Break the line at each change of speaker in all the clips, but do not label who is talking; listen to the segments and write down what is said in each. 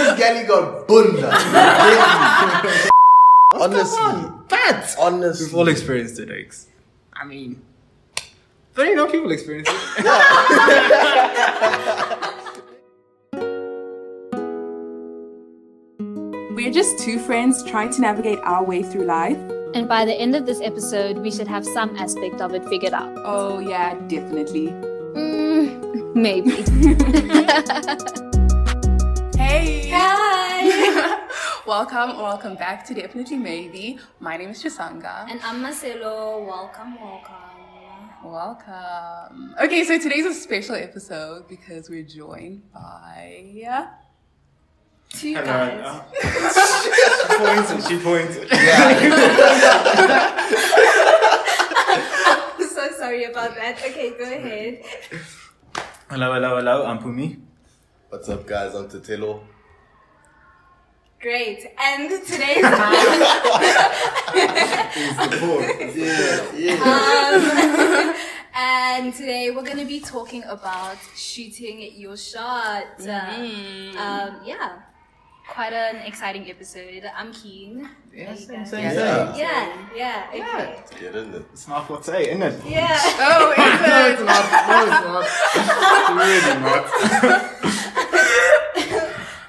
Kelly got bunda. honestly,
Fat.
honestly,
We've all experienced it, X. I mean, but you know, people experience it.
We're just two friends trying to navigate our way through life.
And by the end of this episode, we should have some aspect of it figured out.
Oh, yeah, definitely.
Mm, maybe.
Hey!
Hi.
welcome or welcome back to Definitely Maybe. My name is Chisanga.
And I'm Marcelo. Welcome, welcome.
Welcome. Okay, so today's a special episode because we're joined by.
Two
And I-
guys.
she points and she points.
I'm so sorry about that. Okay, go ahead.
Hello, hello, hello. I'm Pumi.
What's up, guys? I'm Tatelo.
Great. And today's um,
Yeah, yeah.
Um, and today we're gonna be talking about shooting your shot. Um, yeah. Quite an exciting episode. I'm keen.
Yes,
same, same,
Yeah.
Yeah, yeah, okay.
Get in it.
It's not what's say, isn't it?
Yeah.
Oh,
No, it's not. No, it's not. It's really not.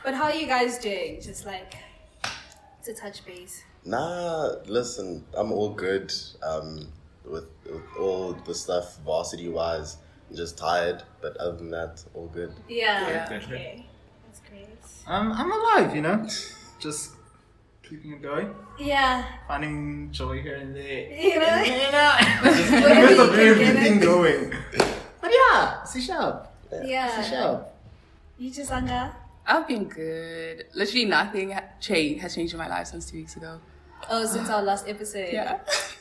But how are you guys doing? Just like to touch base.
Nah, listen, I'm all good um, with, with all the stuff varsity wise. I'm just tired, but other than that, all good.
Yeah.
Yeah.
Okay. That's great.
Um, I'm alive, you know. Just keeping it going,
Yeah.
finding joy here and there.
You know?
Just keep everything going. But yeah, C sharp. C
Yeah.
sharp.
You just hunger?
I've been good. Literally nothing ha- change, has changed in my life since two weeks ago.
Oh, since our last episode.
Yeah.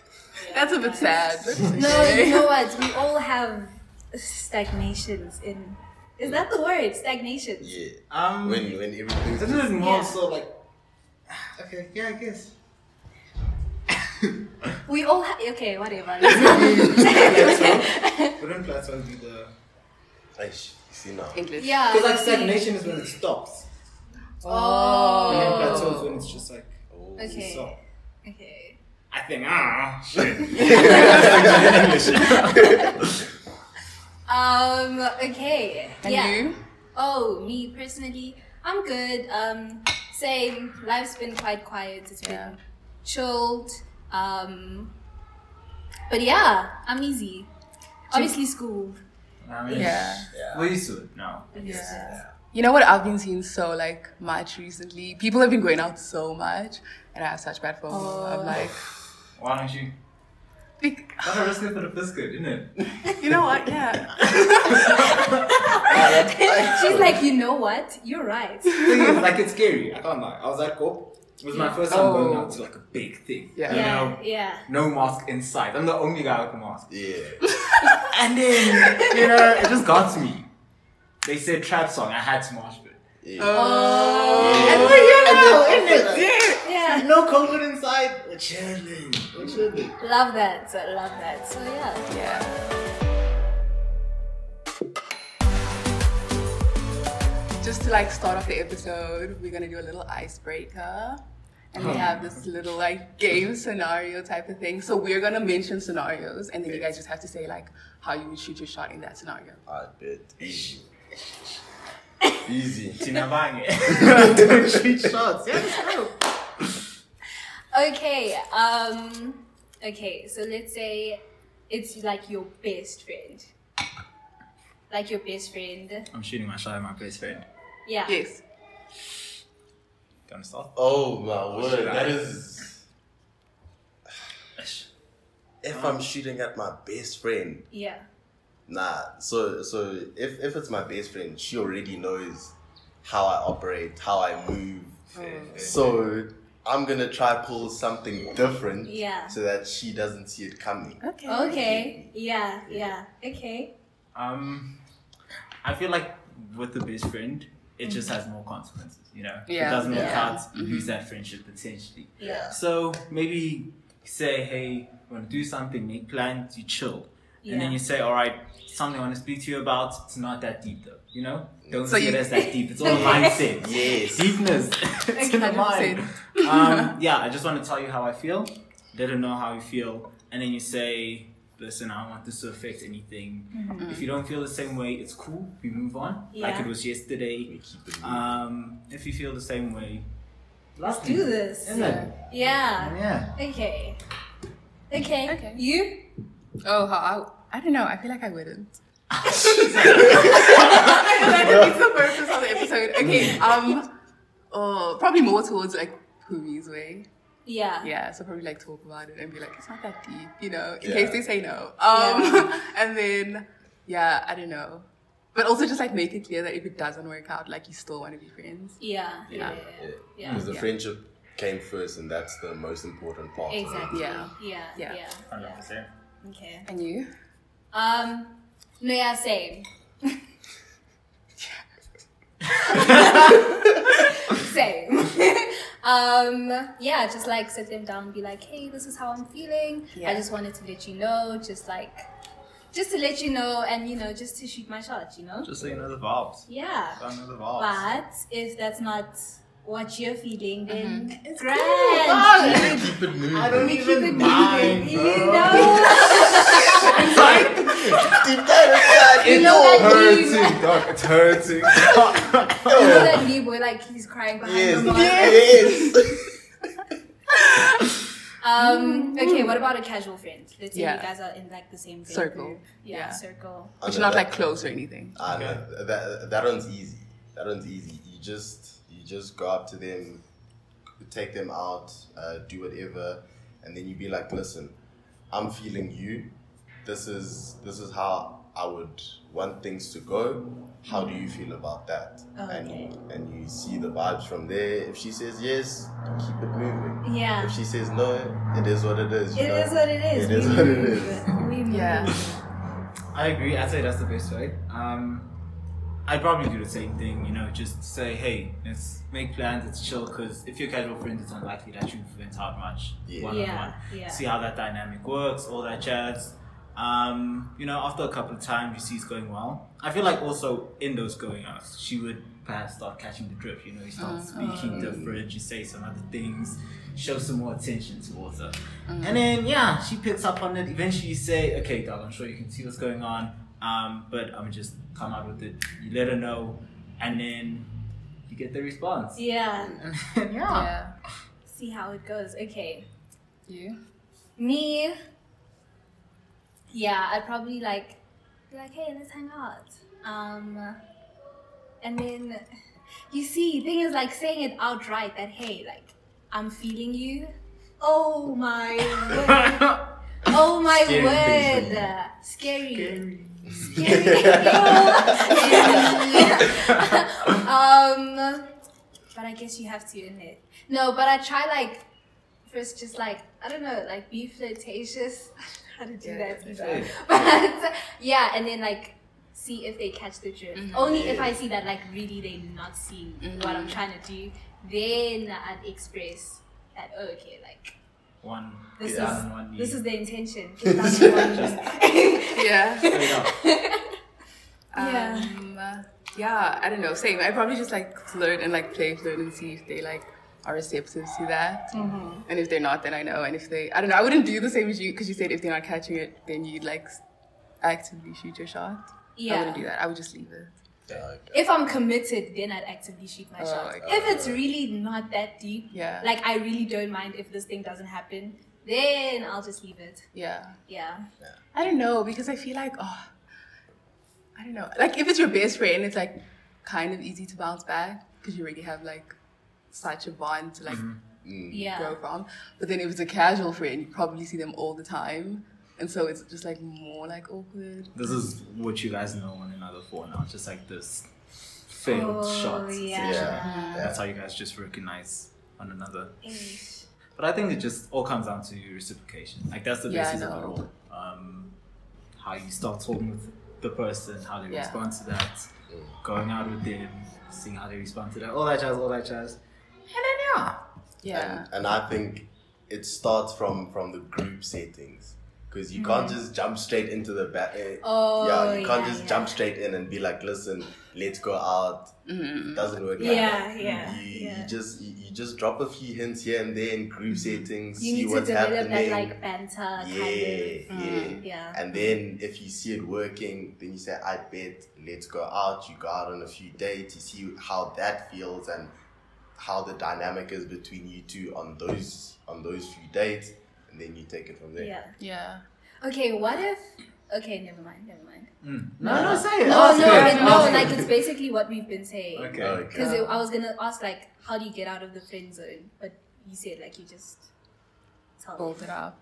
That's a bit sad.
No, you know what? We all have stagnations in. Is that the word? Stagnations.
Yeah.
Um,
When, when everything's.
Isn't it more
Yeah.
so like? Okay, yeah, I guess.
We all ha- okay, whatever.
Wouldn't plateau be the?
Aish, you see now.
English.
yeah.
Because like
okay.
stagnation is when it stops, and then
Oh.
plateau is when it's just like
Okay.
so.
Okay.
I think ah shit.
Um. Okay.
And
yeah.
you?
Oh, me personally, I'm good. Um, same. Life's been quite quiet. It's been
Yeah.
chilled. Um, but yeah, I'm easy. Obviously, school.
I mean,
Yeah.
Yeah.
We're used to it now.
You know what I've been seeing so like much recently? People have been going out so much, and I have such bad FOMO. I'm like,
Why don't you?
Bec-
Gotta risk it for the biscuit, isn't it?
you know what? Yeah.
She's like, you know what? You're right.
thing is, like it's scary. I can't lie. I was at Corp. It was my first time going
Oh.
out to like a big thing.
Yeah.
You
Yeah,
know,
yeah.
no mask inside. I'm the only guy with a mask.
Yeah.
And then, you know, it just got to me. They said trap song, I had to march it.
Yeah.
And we're here now, isn't
Yeah.
No COVID inside. We're chilling. We're chilling.
Love that. So love that. So yeah.
yeah. Just to like start off the episode, we're gonna do a little icebreaker. And we have this little like game scenario type of thing. So we're gonna mention scenarios and then you guys just have to say like how you would shoot your shot in that scenario.
I bet. Easy. Easy.
Street shots. Yeah, let's go.
Okay. Um. Okay. So let's say it's like your best friend. Like your best friend.
I'm shooting my shot at my best friend.
Yeah.
Yes.
Gonna start?
Oh my word, that is. If I'm shooting at my best friend,
Yeah.
nah. So so if if it's my best friend, she already knows how I operate, how I move. So I'm gonna try pull something different,
Yeah.
so that she doesn't see it coming.
Okay.
Okay. Yeah. Yeah. Okay.
Um, I feel like with the best friend, it just has more consequences. You know,
Yeah.
it doesn't work
Yeah.
out. You lose that friendship potentially.
Yeah.
So maybe say, hey, we want to do something, make plans, you chill,
and then
Yeah.
you say, "All right, something I want to speak to you about. It's not that deep, though. You know, don't
So
see it
you-
as that deep. It's all mindset.
Yes.
deepness. it's in the mind.
100%.
um, yeah, I just want to tell you how I feel. Let her know how you feel, and then you say, "Listen, I don't want this to affect anything. If you don't feel the same way, it's cool. We move on. Like
Mm-hmm. Yeah.
it was yesterday.
We keep it
Um, if you feel the same way,
Let's do this.
isn't it?
Yeah.
Yeah.
Okay. Okay.
Okay.
You?
Oh, how I, I don't know. I feel like I wouldn't. that defeats the purpose of the episode. Okay. Um. Oh, probably more towards like Pumi's way.
Yeah.
Yeah. So probably like talk about it and be like, it's not that deep, you know. In
Yeah.
case they say no. Um.
Yeah.
And then, yeah, I don't know. But also just like make it clear that if it doesn't work out, like you still want to be friends.
Yeah.
Yeah. Mm,
Yeah.
Yeah.
Because the
Yeah.
friendship came first, and that's the most important part. of it.
Exactly.
Yeah.
Yeah.
Yeah.
Yeah. yeah. Okay.
And you?
Um. No. Yeah. Same. same. um. Yeah. Just like sit them down and be like, hey, this is how I'm feeling. I
Yeah.
just wanted to let you know. Just like, just to let you know, and you know, just to shoot my shot. You know.
Just so you know the vibes.
Yeah.
So I know the vibes.
But if that's not what you're feeling, then it's grand.
Keep it moving.
even keep it
mind,
moving,
bro.
You know,
Deep down inside,
You
it
know
all
that
hurts.
meme-
dog. It's hurting.
you know that new boy like he's crying behind
Yes.
the bar.
Yes.
Um. Okay. What about a casual friend? Let's say you
Mm-hmm. Yeah.
guys are in like the same friend
Circle.
group. Yeah,
Yeah.
Circle.
But
I
you're
know
not
that-
like close or anything.
I know that that one's easy. That one's easy. You just you just go up to them, take them out, uh, do whatever, and then you be like, listen, I'm feeling you. This is this is how I would want things to go. How do you feel about that?
Oh,
And you, and you see the vibes from there. If she says yes, you keep it moving.
Yeah.
If she says no, it is what it is. you
It
know?
is what it is.
It is
We
what it
move.
is.
We move.
Yeah.
I agree. I'd say that's the best way. Um, I'd probably do the same thing, you know, just say, hey, let's make plans, let's chill, because if you're casual friends, it's unlikely that you've went out much
Yeah.
one on one.
Yeah. Yeah.
See how that dynamic works, all that jazz. Um, you know, after a couple of times, you see it's going well. I feel like also in those going outs, she would perhaps start catching the drift. You know, you start
Uh-huh.
speaking different, you say some other things, show some more attention towards her.
Uh-huh.
And then, yeah, she picks up on it. Eventually, you say, okay, dog, I'm sure you can see what's going on, um, but I'm just come out with it. You let her know, and then you get the response.
Yeah.
yeah.
Yeah.
See how it goes. Okay.
You?
Me, yeah, I'd probably like be like, hey, let's hang out. Um, and then you see, thing is like saying it outright that hey, like I'm feeling you. Oh my word! Oh my
Scary thing
word! Scary. Scary. um, but I guess you have to in it. No, but I try like first just like I don't know, like be flirtatious. I don't know how to do that either. But yeah, and then like see if they catch the drift. Only if I see that like really they're not seeing what I'm trying to do, then I'd express that oh, okay, like
One.
this
down
is
and one knee.
this is the intention. Get down to one knee.
Yeah.
Straight up.
yeah.
Um, yeah, I don't know. Same. I probably just like flirt and like play flirt and see if they like are receptive to that.
Mm-hmm.
And if they're not, then I know. And if they, I don't know. I wouldn't do the same as you because you said if they're not catching it, then you'd like s- actively shoot your shot. I
Yeah.
wouldn't do that. I would just leave it.
If I'm committed, then I'd actively shoot my
Oh,
shot.
okay.
If it's really not that deep,
Yeah.
like I really don't mind if this thing doesn't happen, then I'll just leave it.
Yeah.
Yeah.
I don't know because I feel like oh, I don't know. Like if it's your best friend, it's like kind of easy to bounce back because you already have like such a bond to like
Mm.
Yeah. Oh,
grow from. But then if it's a casual friend, you probably see them all the time. And so it's just like more like awkward.
This is what you guys know one another for now. Just like this failed
Oh,
shots.
yeah.
essentially.
Yeah.
That's how you guys just recognize one another.
Ish.
But I think it just all comes down to reciprocation. Like that's the
Yeah, I
basis of it all.
know.
Um, how you start talking with the person, how they
Yeah.
respond to that, going out with them, seeing how they respond to that, all that jazz, all that jazz. And then yeah.
Yeah.
and I think it starts from from the group settings. because you can't just jump straight into the back.
Mm. Oh,
yeah, you can't
yeah,
just
yeah.
jump straight in and be like, "Listen, let's go out."
mm-hmm.
It doesn't work. like
Yeah,
that.
yeah,
You,
yeah. Mm-hmm.
you just you, you just drop a few hints here and there in group settings.
You
see
need to
what's
develop
happening.
that like uh, Mm. banter
yeah,
kind of.
yeah.
Yeah.
And then if you see it working, then you say, I bet, let's go out. You go out on a few dates, you see how that feels and how the dynamic is between you two on those on those few dates, and then you take it from there.
Yeah.
Yeah.
Okay, what if okay, never mind, never mind.
Mm.
No, no, say it.
No,
Ask
Oh, no,
it.
but no,
Ask
like
it.
it's basically what we've been saying.
Okay.
Okay.
Because I was gonna ask like, how do you get out of the friend zone? But you said like you just tell
Bolt
them.
it up.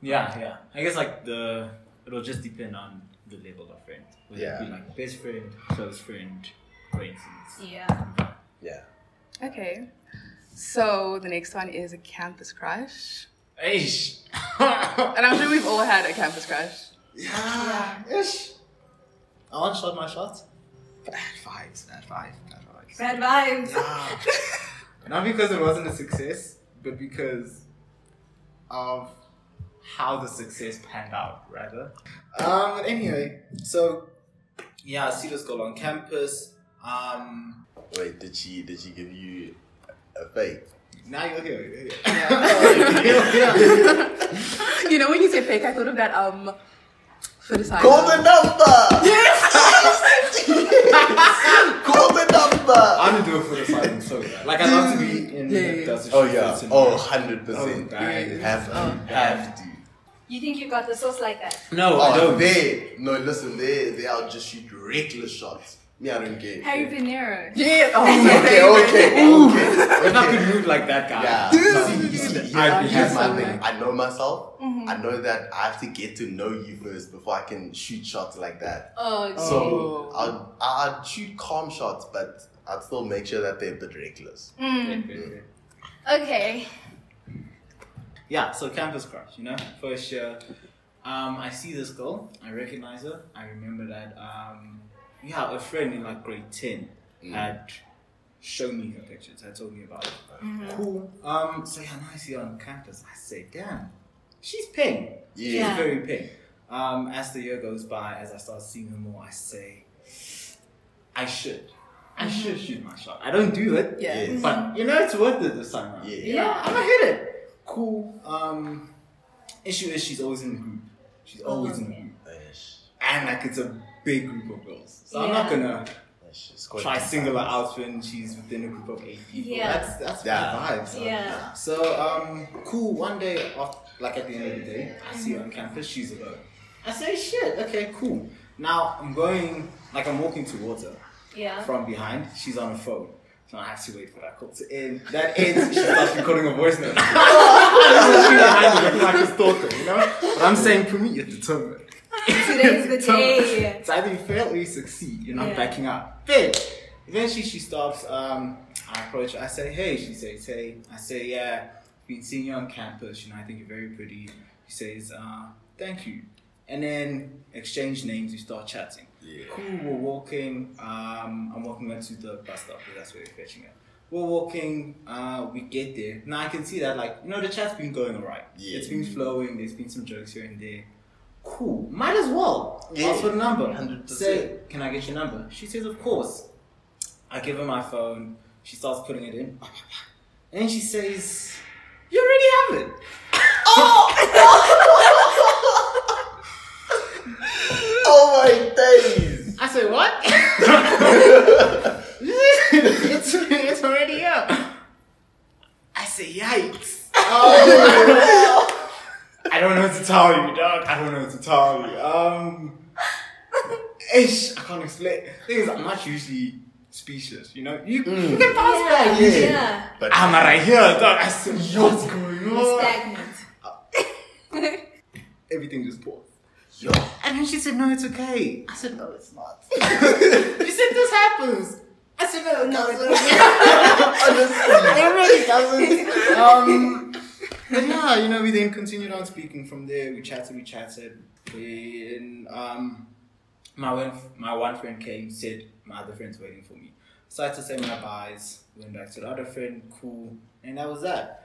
Yeah, yeah. I guess like the it'll just depend on the level of friend. Whether
Yeah.
it be like best friend, close friend, acquaintance.
Yeah.
Yeah.
Okay. So the next one is a campus crush.
Eish.
And I'm sure we've all had a campus crush.
Ish. I want shot my shot. Bad vibes, bad vibes, bad vibes.
Bad vibes.
Not because it wasn't a success, but because of how the success panned out, rather. Um, but anyway, so yeah, I see this girl on campus. Um,
Wait, did she did she give you a fake?
now you're here.
You know when you say fake, I thought of that um for the side.
Call the number! Yes! Call the number!
I'm gonna do it for the silence so bad. Like I love to be in
Yeah, yeah, yeah.
Dusty
Oh
Street
yeah.
Cinema.
Oh 100%.
Oh, bang.
Have to. Have to.
You think you got the sauce like that?
No, I
Oh,
don't.
they no listen. They they are just shoot reckless shots. Me, I don't care.
Harry Panero.
Yeah. Oh,
Okay, okay, okay.
If I could move like that guy,
Yeah.
Dude.
See, see,
I'd be
here's here's
happy.
my thing. I know myself. I know that I have to get to know you first before I can shoot shots like that.
Oh, okay.
So I'd I'd shoot calm shots, but I'd still make sure that they're a bit reckless.
Mm.
okay.
yeah. So campus crush, you know, first year. Um, I see this girl. I recognize her. I remember that. Um, yeah, a friend in like grade ten
Mm.
had shown me her pictures. Had told me about it. Cool. Um, so yeah, now I see her on campus. I say, damn, she's pink.
Yeah.
She's very pink. Um, as the year goes by, as I start seeing her more, I say, I should. I should shoot my shot. I don't do it.
Yeah.
Yes.
But you know it's worth it this time around.
Yeah.
Yeah, I'm gonna hit it. Cool. Um issue is she's always in the group. She's always in the group.
Ish,
And like it's a big group of girls. So I'm not
Yeah.
gonna
ish, it's quite
try
deep.
single her out when she's within a group of eight people.
Yeah.
That's that's
Yeah.
bad vibes. huh?
Yeah.
So um cool, one day off like at the end of the day, I see her on campus, she's alone. I say shit, okay, cool. Now I'm going like I'm walking towards her
Yeah.
from behind. She's on her phone. So I have to wait for that call to end. That ends, she starts recording a voice note. I'm behind her, like a stalker, you know? But I'm saying, for me, you're determined.
Today's the day.
It's either you fail or you succeed. You're not
Yeah.
backing up. Then, eventually she stops. Um, I approach her. I say, hey. She says, hey. I say, yeah, been seeing you on campus. You know, I think you're very pretty. She says, uh, thank you. And then exchange names. We start chatting.
Yeah.
Cool. We're walking. Um, I'm walking her to the bus stop. 'cause That's where we're fetching her. We're walking. Uh, we get there. Now I can see that, like, you know, the chat's been going alright.
Yeah.
It's been flowing. There's been some jokes here and there. Cool. Might as well. Ask for the number.
100%.
Say, can I get your number? She says, of course. I give her my phone. She starts putting it in. And then she says, you already have it.
Oh my days!
I say, what? it's, it's already up. I say, yikes. I don't know what to tell you, dog. I don't know what to tell you. Um, ish, I can't explain. Thing is, I'm not usually speechless, you know? You, you can bounce back.
Yeah.
But
I'm right here, dog. I said, what's going on?
Stagnant.
Everything just paused.
yo,
And then she said, no, it's okay. I said, no, it's not. she said, this happens. I said, no, no, it's okay.
honestly,
it really doesn't. Um, but yeah, you know, we then continued on speaking from there. We chatted, we chatted. We, and, um, my one, my one friend came, said my other friend's waiting for me. So I had to say my byes. Went back to the other friend, cool, and that was that.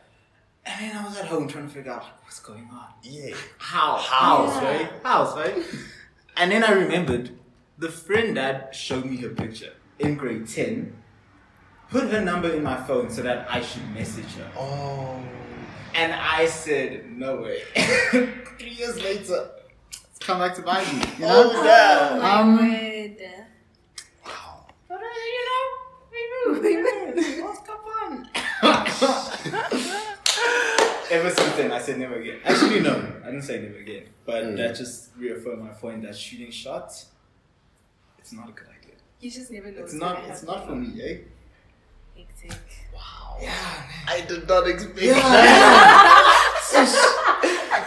And then I was at home trying to figure out like, what's going on.
Yeah.
How? House, right? House, right? And then I remembered the friend that showed me her picture in grade 10 put her number in my phone so that I should message her.
Oh.
And I said, no way. Three years later, it's come back to bite me. You know?
Oh, yeah.
My
Um,
word. But, uh, you know, we move, we move.
Ever since then, I said never again. Actually, no, I didn't say never again. But that just reaffirmed my point that shooting shots, it's not a good idea.
You just never know.
It's not. It's not for me, eh?
Hectic.
I did not expect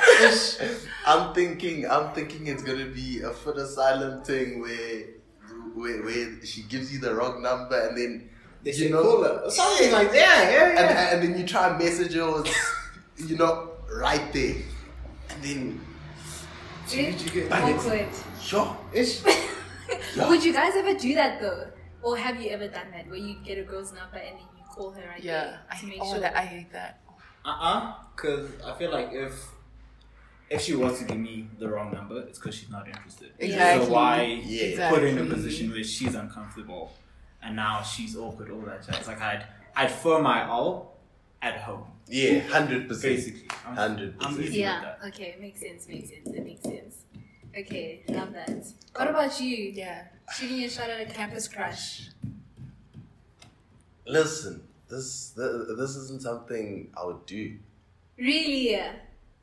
I'm thinking, I'm thinking it's gonna be a foot asylum thing where, where, where she gives you the wrong number and then
They
you
should
know,
call her. Something like that. Yeah,
and, and then you try and message her, or it's, you know, right there, and then
Did you get-
Awkward.
sure,
Ish.
Would you guys ever do that though? Or have you ever done that where you get a girl's number and then you call her right
Yeah, I
there to
hate
make
all
sure
that. I hate that.
Uh-uh. Because I feel like if if she was to give me the wrong number, it's because she's not interested.
Exactly.
So why
Yeah.
put her in a
Exactly.
position where she's uncomfortable and now she's awkward, all that jazz. Like I'd I'd fur my all at home,
yeah, hundred percent.
basically. I'm-
100%.
I'm easy
Yeah.
with that.
Okay. Makes sense. Makes sense. It makes sense. Okay. Love that. What about you?
Yeah.
Shooting your shot at a campus crush.
Listen, this th- this isn't something I would do.
Really?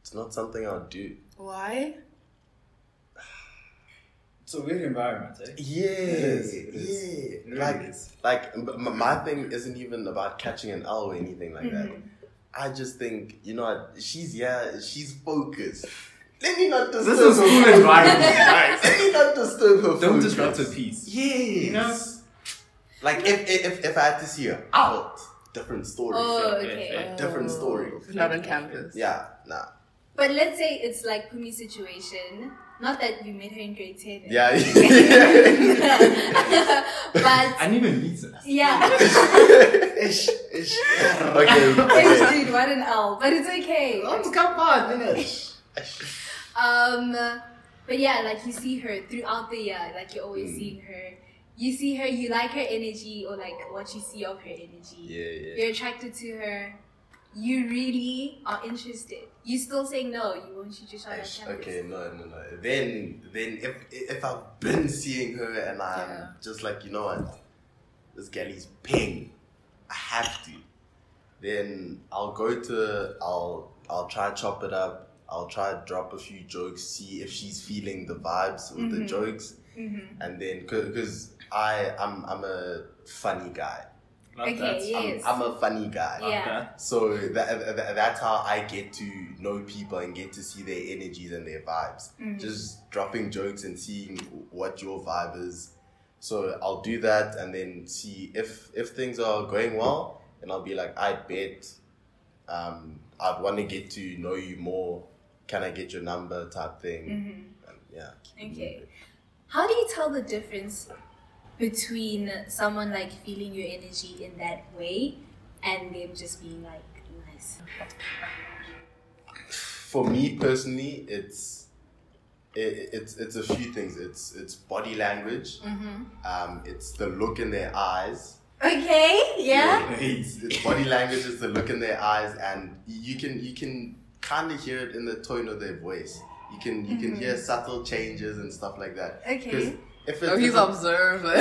It's not something I would do.
Why?
It's a weird environment, eh?
Yeah,
is, it is. It
yeah.
really
Like,
is.
like m- m- my thing isn't even about catching an L or anything like that. I just think, you know, what, she's yeah, she's focused. Let me not disturb.
This is
her
school
focus.
environment, guys.
Let me not disturb her.
Don't
focus.
disrupt her peace.
Yes.
You know?
Like if, if if I had to see her out, different story.
Oh,
yeah,
okay.
yeah. Different story.
It's Not on campus.
Yeah, nah.
But let's say it's like Pumi's situation. Not that you met her in grade 10.
Yeah.
but
I didn't even meet her.
yeah.
Ish, ish.
okay.
Thanks,
okay.
dude. What an L. But it's okay.
Oh, come on, innit?
Um, but yeah, like you see her throughout the year, like you're
Mm.
always seeing her. You see her, you like her energy, or like what you see of her energy.
Yeah, yeah.
You're attracted to her. You really are interested. You still say no. You won't shoot your shot at
Ish,
campus.
Okay, no, no, no. Then, then if if I've been seeing her and I'm
Yeah.
just like, you know what, this gal is ping, I have to. Then I'll go to her, I'll I'll try and chop it up. I'll try and drop a few jokes, see if she's feeling the vibes with
Mm-hmm.
the jokes, and then because I I'm I'm a funny guy.
Like that.
Okay. Yes.
I'm a funny guy.
Yeah.
That.
So that, that that's how I get to know people and get to see their energies and their vibes.
mm-hmm.
Just dropping jokes and seeing what your vibe is. So I'll do that and then see if if things are going well, and I'll be like, I bet, um, I want to get to know you more. Can I get your number? Type thing. And yeah. keep it
Mm-hmm, Okay.
moving.
How do you tell the difference between someone like feeling your energy in that way and them just being like nice?
for me personally, it's it, it's it's a few things. It's it's body language.
Mm-hmm.
Um, it's the look in their eyes.
Okay. Yeah.
It's, it's body language. It's the look in their eyes, and you can you can kind of hear it in the tone of their voice. You can you can hear subtle changes and stuff like that.
Mm-hmm. Okay.
'Cause If it,
Oh, he's
if it-
observant.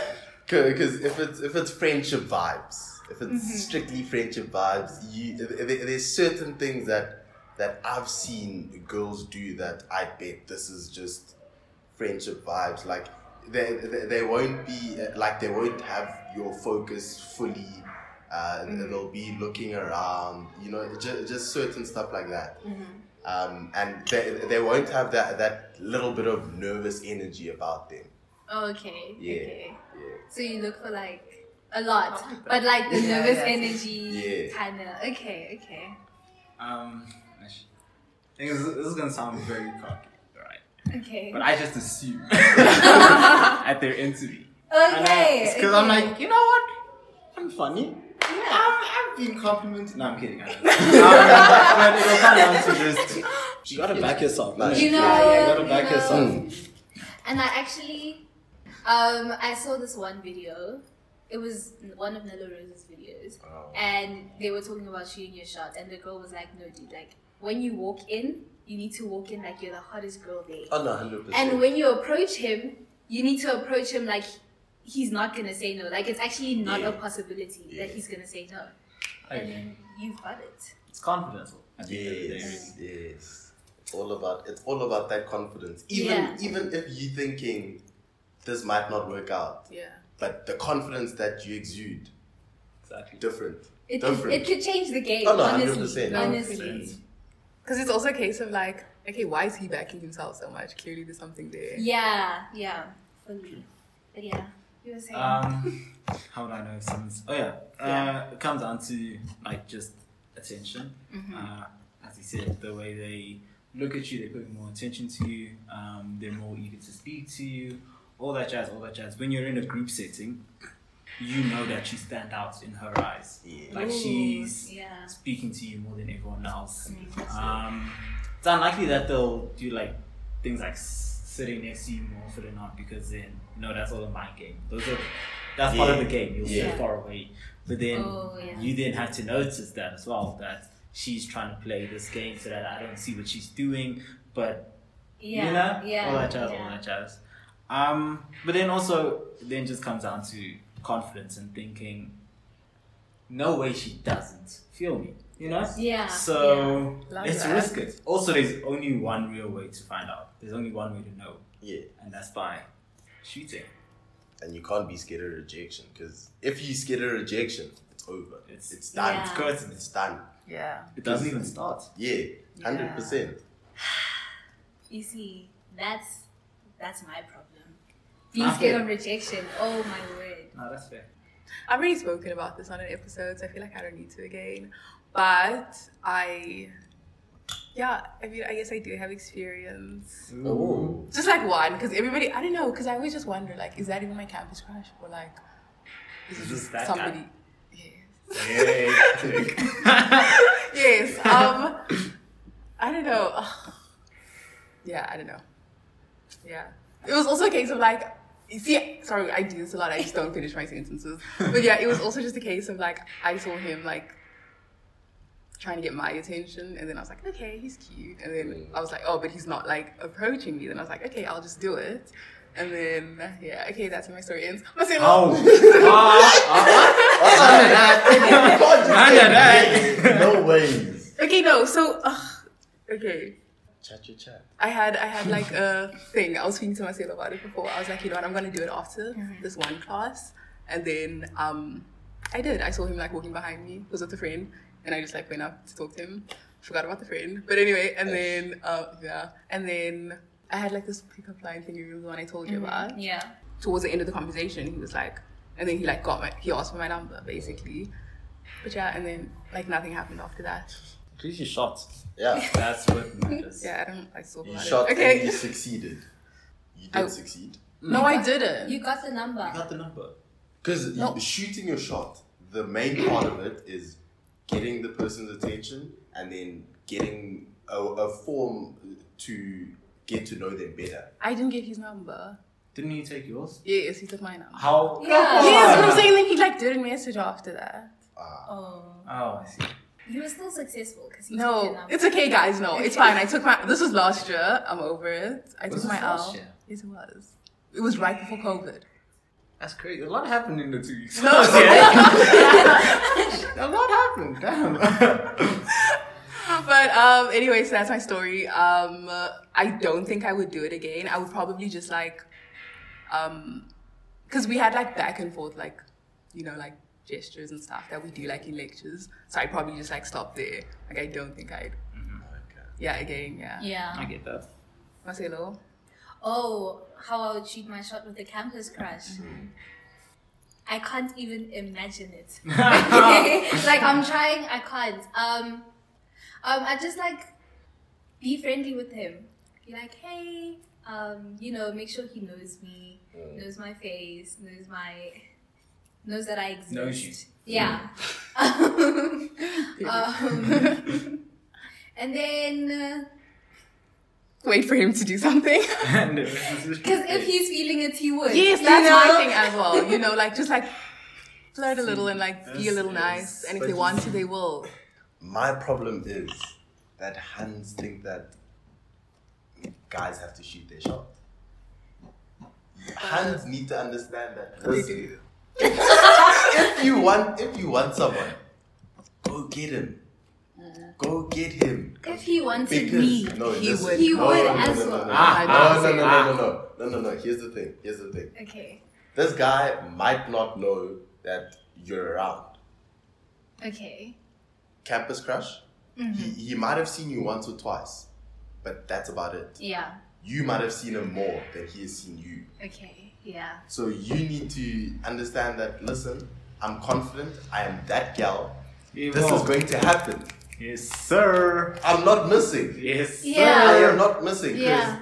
Because if it's if it's friendship vibes, if it's strictly friendship vibes, you th- th- there's certain things that that I've seen girls do that I bet this is just friendship vibes. Like they they, they won't be uh, like they won't have your focus fully. Uh, They'll be looking around, you know, just, just certain stuff like that.
Mm-hmm.
Um, and they, they won't have that, that little bit of nervous energy about them.
Okay.
Yeah.
Okay.
Yeah.
So you look for like a lot, but like the nervous energy
Yeah.
kind of. Okay. Okay.
Um, ish. Thing is, this is gonna sound very cocky, right?
Okay.
But I just assume that they're into me. And I-
Okay.
It's because I'm
okay.
like, you know what? I'm I'm funny. I- I've been complimented. No, I'm kidding. I don't know. Um, but it'll come down to just you gotta back yourself. Like,
You know,
you gotta
you
back
know.
yourself.
And I actually, um, I saw this one video. It was one of Nella Rose's videos,
Um,
and they were talking about shooting your shot. And the girl was like, "No, dude, like when you walk in, you need to walk in like you're the hottest girl there.
Oh, no, 100%.
And when you approach him, you need to approach him like he's not gonna say no. Like it's actually not a possibility that he's gonna say no.
I
And
mean,
then you've got it.
it's confidence. at the end of the day, really.
Yes, yes. It's all about it's all about that confidence. Even
Yeah.
even if you thinking this might not work out,
Yeah.
but the confidence that you exude,
Exactly.
different.
It,
different.
it could change the game.
Oh, no,
honestly,
100%.
honestly.
Because it's also a case of like, okay, why is he backing himself so much? Clearly there's something there.
Yeah, yeah. Fully. But yeah. You were saying
Um, how would I know if someone's? Oh yeah, uh, it comes down to like just attention. Uh, as you said, the way they look at you, they put more attention to you. Um, they're more eager to speak to you. All that jazz, all that jazz. When you're in a group setting, you know that you stand out in her eyes.
Yeah.
Like she's
yeah.
speaking to you more than everyone else. Um, it's unlikely that they'll do like things like s- sitting next to you more often than not because then no, that's all in my game. Those are that's part of the
Yeah.
game. You'll
Yeah.
sit far away, but then
Oh, yeah.
you then have to notice that as well that she's trying to play this game so that I don't see what she's doing, but
Yeah.
you know,
yeah.
all that jazz,
yeah.
all that jazz. Um, but then also, then just comes down to confidence and thinking. No way, she doesn't feel me. You know.
Yeah,
So
yeah. Love
let's
that.
risk it. Also, there's only one real way to find out. There's only one way to know,
Yeah.
and that's by shooting.
And you can't be scared of rejection because if you scared of rejection, it's over.
It's-
It's it's done.
Yeah.
It's curtain. It's done.
Yeah.
It doesn't even start.
Yeah, hundred percent.
You see, that's that's my problem. Being
Ah.
scared of rejection. Oh my word.
No, that's fair.
I've already spoken about this on an episode, so I feel like I don't need to again. But I, yeah, I mean, I guess I do have experience.
Oh,
Just like one, because everybody, I don't know, because I always just wonder, like, is that even my campus crush? Or like, is it
Is
just
that guy?
somebody? Yeah.
Hey, dick.
Yes. Um, I don't know. Yeah, I don't know. Yeah. It was also a case of like, you see, sorry, I do this a lot. I just don't finish my sentences. But yeah, it was also just a case of like, I saw him like trying to get my attention, and then I was like, okay, he's cute. And then I was like, oh, but he's not like approaching me. Then I was like, okay, I'll just do it. And then, yeah, okay, that's where my story ends. My story-
Oh, Ah, ah, ah, nah, nah.
no ways.
Okay, no, so, ugh, okay.
Chat your chat.
I had I had like a thing. I was speaking to Marcelo about it before. I was like, you know what, I'm gonna do it after this one class. And then um I did. I saw him like walking behind me, was with a friend, and I just like went up to talk to him. Forgot about the friend. But anyway, and then uh yeah. And then I had like this pickup line thing, you know, the one I told you about
Yeah.
towards the end of the conversation, he was like, and then he like got my, he asked for my number basically. But yeah, and then like nothing happened after that.
At least you shot.
Yeah,
That's what matters.
Yeah, I don't like saw
you
about it.
shot
Okay.
and you succeeded. You did
I-
succeed
No, I didn't.
You got the number.
Not the number.
because shooting your shot. The main part of it is getting the person's attention and then getting a, a form to get to know them better.
I didn't get his number.
Didn't you take yours?
Yes, he took my number.
How? Oh,
Yeah.
Yes, but I'm saying that he like didn't message after that.
Oh.
Oh, I see.
You were still successful because you took the
No,
number.
it's okay, guys. No, it's fine. I took my. This was last year. I'm over it. I
Was
took my
this last
L.
year?
Yes, it was. It was right before COVID.
That's crazy. A lot happened in the two weeks.
No,
a lot happened. Damn.
but um, anyway, so that's my story. Um, I don't think I would do it again. I would probably just like, um, because we had like back and forth, like, you know, like gestures and stuff that we do like in lectures. So I probably just like stopped there. Like I don't think I'd. Yeah, again, yeah.
Yeah.
I get that.
Marcelo.
Oh, how I would shoot my shot with the campus crush. I can't even imagine it. like I'm trying, I can't. Um, um, I just like be friendly with him. Be like, hey, um, you know, make sure he knows me, knows my face, knows my knows that I exist.
Knows you.
Yeah. Um, and then, uh,
Wait for him to do something.
because if he's feeling it, he would.
Yes,
You
that's
know?
my thing as well. You know, like just like flirt a little and like be a little nice, and if they want to, they will.
My problem is that Hans think that guys have to shoot their shot. Hans need to understand that. Listen, if you want, if you want someone, go get him. Go get him.
If he wanted
Because
me,
no,
he
listen,
would.
He
no,
would
no, no,
as
no, no,
well.
No,
Ah,
no, no, no,
ah.
no, no, no, no, no, no. Here's the thing. Here's the thing.
okay,
This guy might not know that you're around.
okay,
campus crush.
Mm-hmm.
He, he might have seen you once or twice, but that's about it.
yeah,
You might have seen him more than he has seen you.
okay, yeah,
So you need to understand that, listen, I'm confident, I am that gal. This is going to happen.
Yes, sir.
I'm not missing.
Yes.
Yeah.
I am not missing. 'cause
Yeah.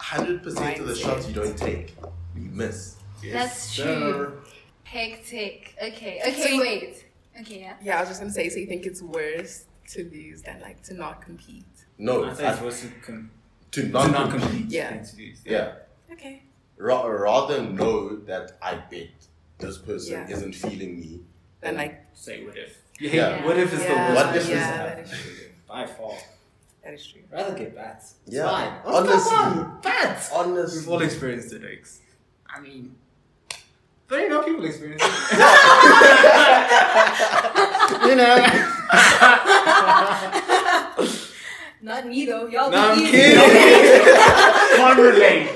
100% of the shots you don't take, you miss.
that's true. Hectic. Okay, okay,
So you-
wait. Okay, yeah.
Yeah, I was just gonna say. So you think it's worse to lose than like to not compete?
No,
I thought it
I-
was to, com-
to
to
not,
not
compete.
compete.
Yeah.
It's used,
Yeah.
Okay.
Ra- rather know that I bet this person
Yeah.
isn't feeling me.
Then like
Say what if.
Yeah.
What if is the
Yeah,
worst?
What if
thing
is-
that's
yeah, that
happened? By far.
that is true.
Rather get bats. It's
Yeah.
fine.
Honestly.
Come on, bats.
Honestly.
We've all experienced it, X. I mean, but you know, people experience it. you know.
Not me though.
No,
Y'all be
I'm
easy.
kidding. Can't relate.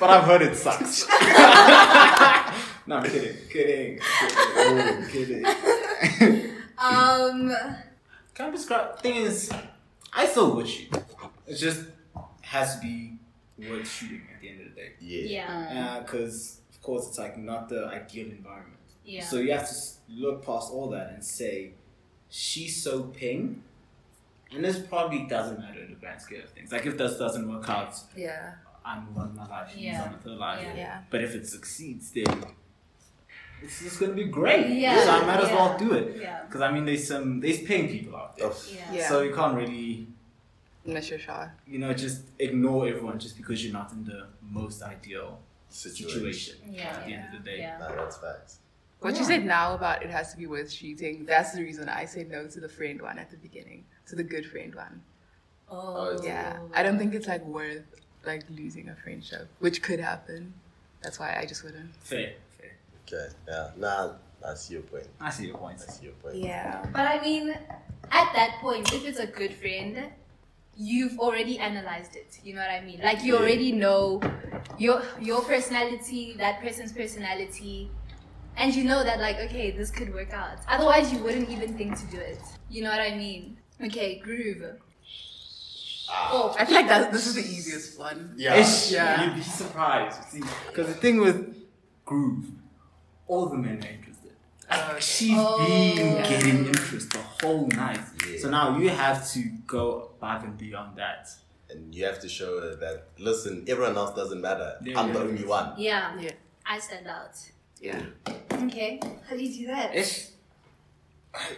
But I've heard it sucks. no, I'm kidding. Kidding. Kidding. kidding.
Um,
Campus crowd thing is, I still would shoot. It just has to be worth shooting at the end of the day.
yeah,
Because of course it's like not the ideal environment.
yeah.
So you have to s- look past all that and say, she's so ping. And this probably doesn't matter in the grand scale of things. Like if this doesn't work out,
Yeah.
I move on with my life, she moves
Yeah.
on with her life.
Yeah.
Yeah.
But if it succeeds, then it's just gonna be great.
Yeah,
So I might as
yeah,
well do it.
yeah.
Because I mean, there's some there's paying people out there,
Of-
yeah.
Yeah.
so you can't really
Miss your shot.
you know just ignore everyone just because you're not in the most ideal situation.
Yeah,
At the end of the day.
yeah.
Nah, that's facts.
What you said now about it has to be worth shooting, that's the reason I said no to the friend one at the beginning, to the good friend one.
Oh,
Yeah. I don't think it's like worth like losing a friendship, which could happen. That's why I just wouldn't.
Fair, fair.
Okay. Yeah. Nah, I see your point.
I see your point.
I see your point.
Yeah.
But I mean, at that point, if it's a good friend, you've already analyzed it. You know what I mean? Like you already know your your personality, that person's personality, and you know that like okay, this could work out. Otherwise, you wouldn't even think to do it. You know what I mean? Okay, groove. Oh,
I feel like that this is the easiest one.
Yeah.
Ish,
Yeah.
You'd be surprised. Because the thing with Groove, all the men are interested.
Oh,
Like, she's been getting interest the whole night. So now you have to go above and beyond that.
And you have to show her that listen, everyone else doesn't matter.
Yeah,
I'm
yeah.
the only one.
yeah,
Yeah.
I stand out.
Yeah.
Okay, how do you do that?
Ish.
How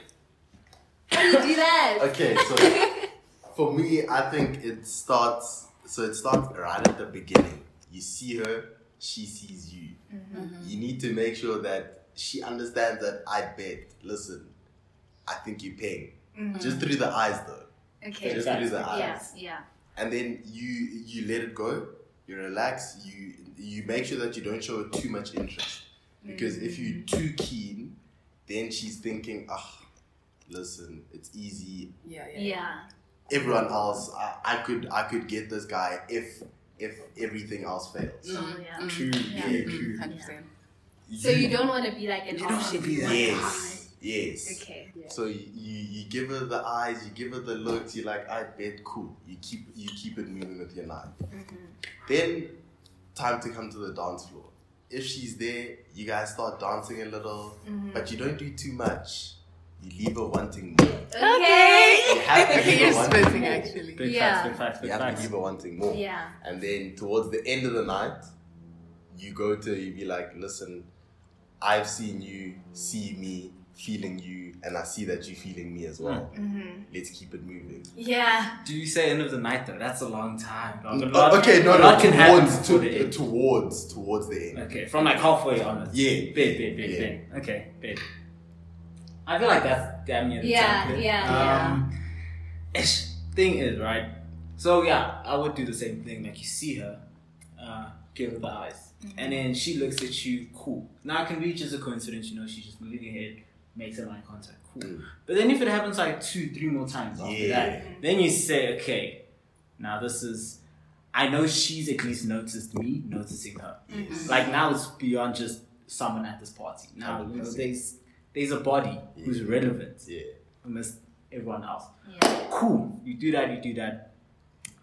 do you do that?
Okay, so for me, I think it starts so it starts right at the beginning. You see her, she sees you.
Mm-hmm.
You need to make sure that she understands that I bet, listen, I think you're paying. Just through the eyes though.
Mm-hmm. Okay.
Just through the eyes.
Yeah, yeah,
and then you you let it go you relax you you make sure that you don't show it too much interest because if you're
Mm-hmm.
too keen then she's thinking ah listen it's easy
Yeah. Yeah.
yeah.
everyone else I, I could i could get this guy if if everything else fails Mm-hmm.
Oh, yeah.
True,
Yeah. Mm-hmm.
yeah, true.
100%.
So you don't want to be like an
You don't
option.
wanna be like-
yes yes
Okay.
so you, you you give her the eyes you give her the looks you're like i bet cool you keep you keep it moving with your knife
Mm-hmm.
then time to come to the dance floor if she's there you guys start dancing a little
Mm-hmm.
but you don't do too much you leave her wanting more
Okay.
you have to leave
Okay,
her
you're
wanting
spitting
more
actually.
Big
Yeah.
facts, big facts, big
you have to
facts.
leave her wanting more
Yeah.
and then towards the end of the night you go to you be like listen I've seen you see me feeling you, and I see that you feeling me as well.
Mm. Mm-hmm.
Let's keep it moving.
Yeah.
Do you say end of the night though? That's a long time. dog. A lot-
Oh, okay, no,
a
no,
lot can happen
towards
before the
to,
end.
towards towards the end.
Okay, from like halfway onwards.
Yeah.
Big, big, big,
Yeah.
big. Okay, big. I feel like that's damn near the
Yeah,
template.
yeah,
um, ish, Thing is, right? So yeah, I would do the same thing. Like you see her, uh, give her the eyes,
Mm-hmm.
and then she looks at you, cool. Now it can be just a coincidence, you know. She's just moving her head, makes an eye contact, cool. But then if it happens like two, three more times after
Mm. Yeah.
that, then you say, okay, now this is. I know she's at least noticed me noticing her. Like now it's beyond just someone at this party. Now you know, there's there's a body who's relevant
Yeah.
amidst everyone else.
Yeah.
Cool. You do that, you do that.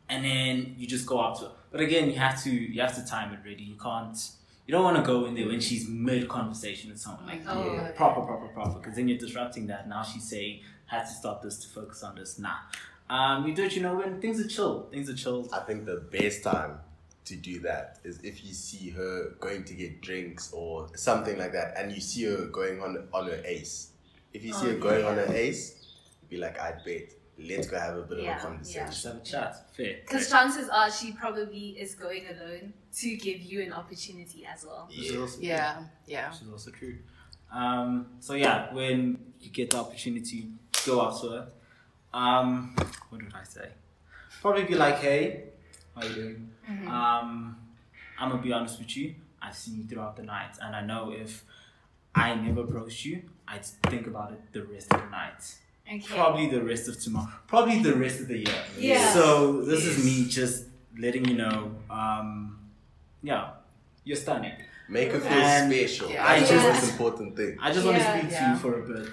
And then you just go up to her. But again, you have to you have to time it really. You can't you don't want to go in there when she's mid conversation with someone like
Oh,
yeah,
okay.
proper, proper, proper. Because then you're disrupting that. Now she's saying, had to stop this to focus on this. Nah. Um, you do it, you know, when things are chill. Things are chill.
I think the best time to do that is if you see her going to get drinks or something like that, and you see her going on on her ace. If you
Oh,
see her going on her ace, be like, I bet. Let's go have a bit
Yeah,
of a
Just
conversation.
have a chat. Fair.
Because chances are she probably is going alone to give you an opportunity as well.
Which is
Yeah.
also-
Yeah, yeah.
Which is also true. Um, so yeah, when you get the opportunity, go after her. Um, what would I say? Probably be like, hey, how you doing? Um, I'm gonna be honest with you. I've seen you throughout the night, and I know if I never approached you, I'd think about it the rest of the night.
Okay.
Probably the rest of tomorrow. Probably the rest of the year.
Yeah.
So this is me just letting you know. Um, yeah, you're stunning.
Make her feel
And
special.
yeah.
That's
Yeah.
the most important thing.
I just want
Yeah.
to speak to
Yeah.
you for a bit.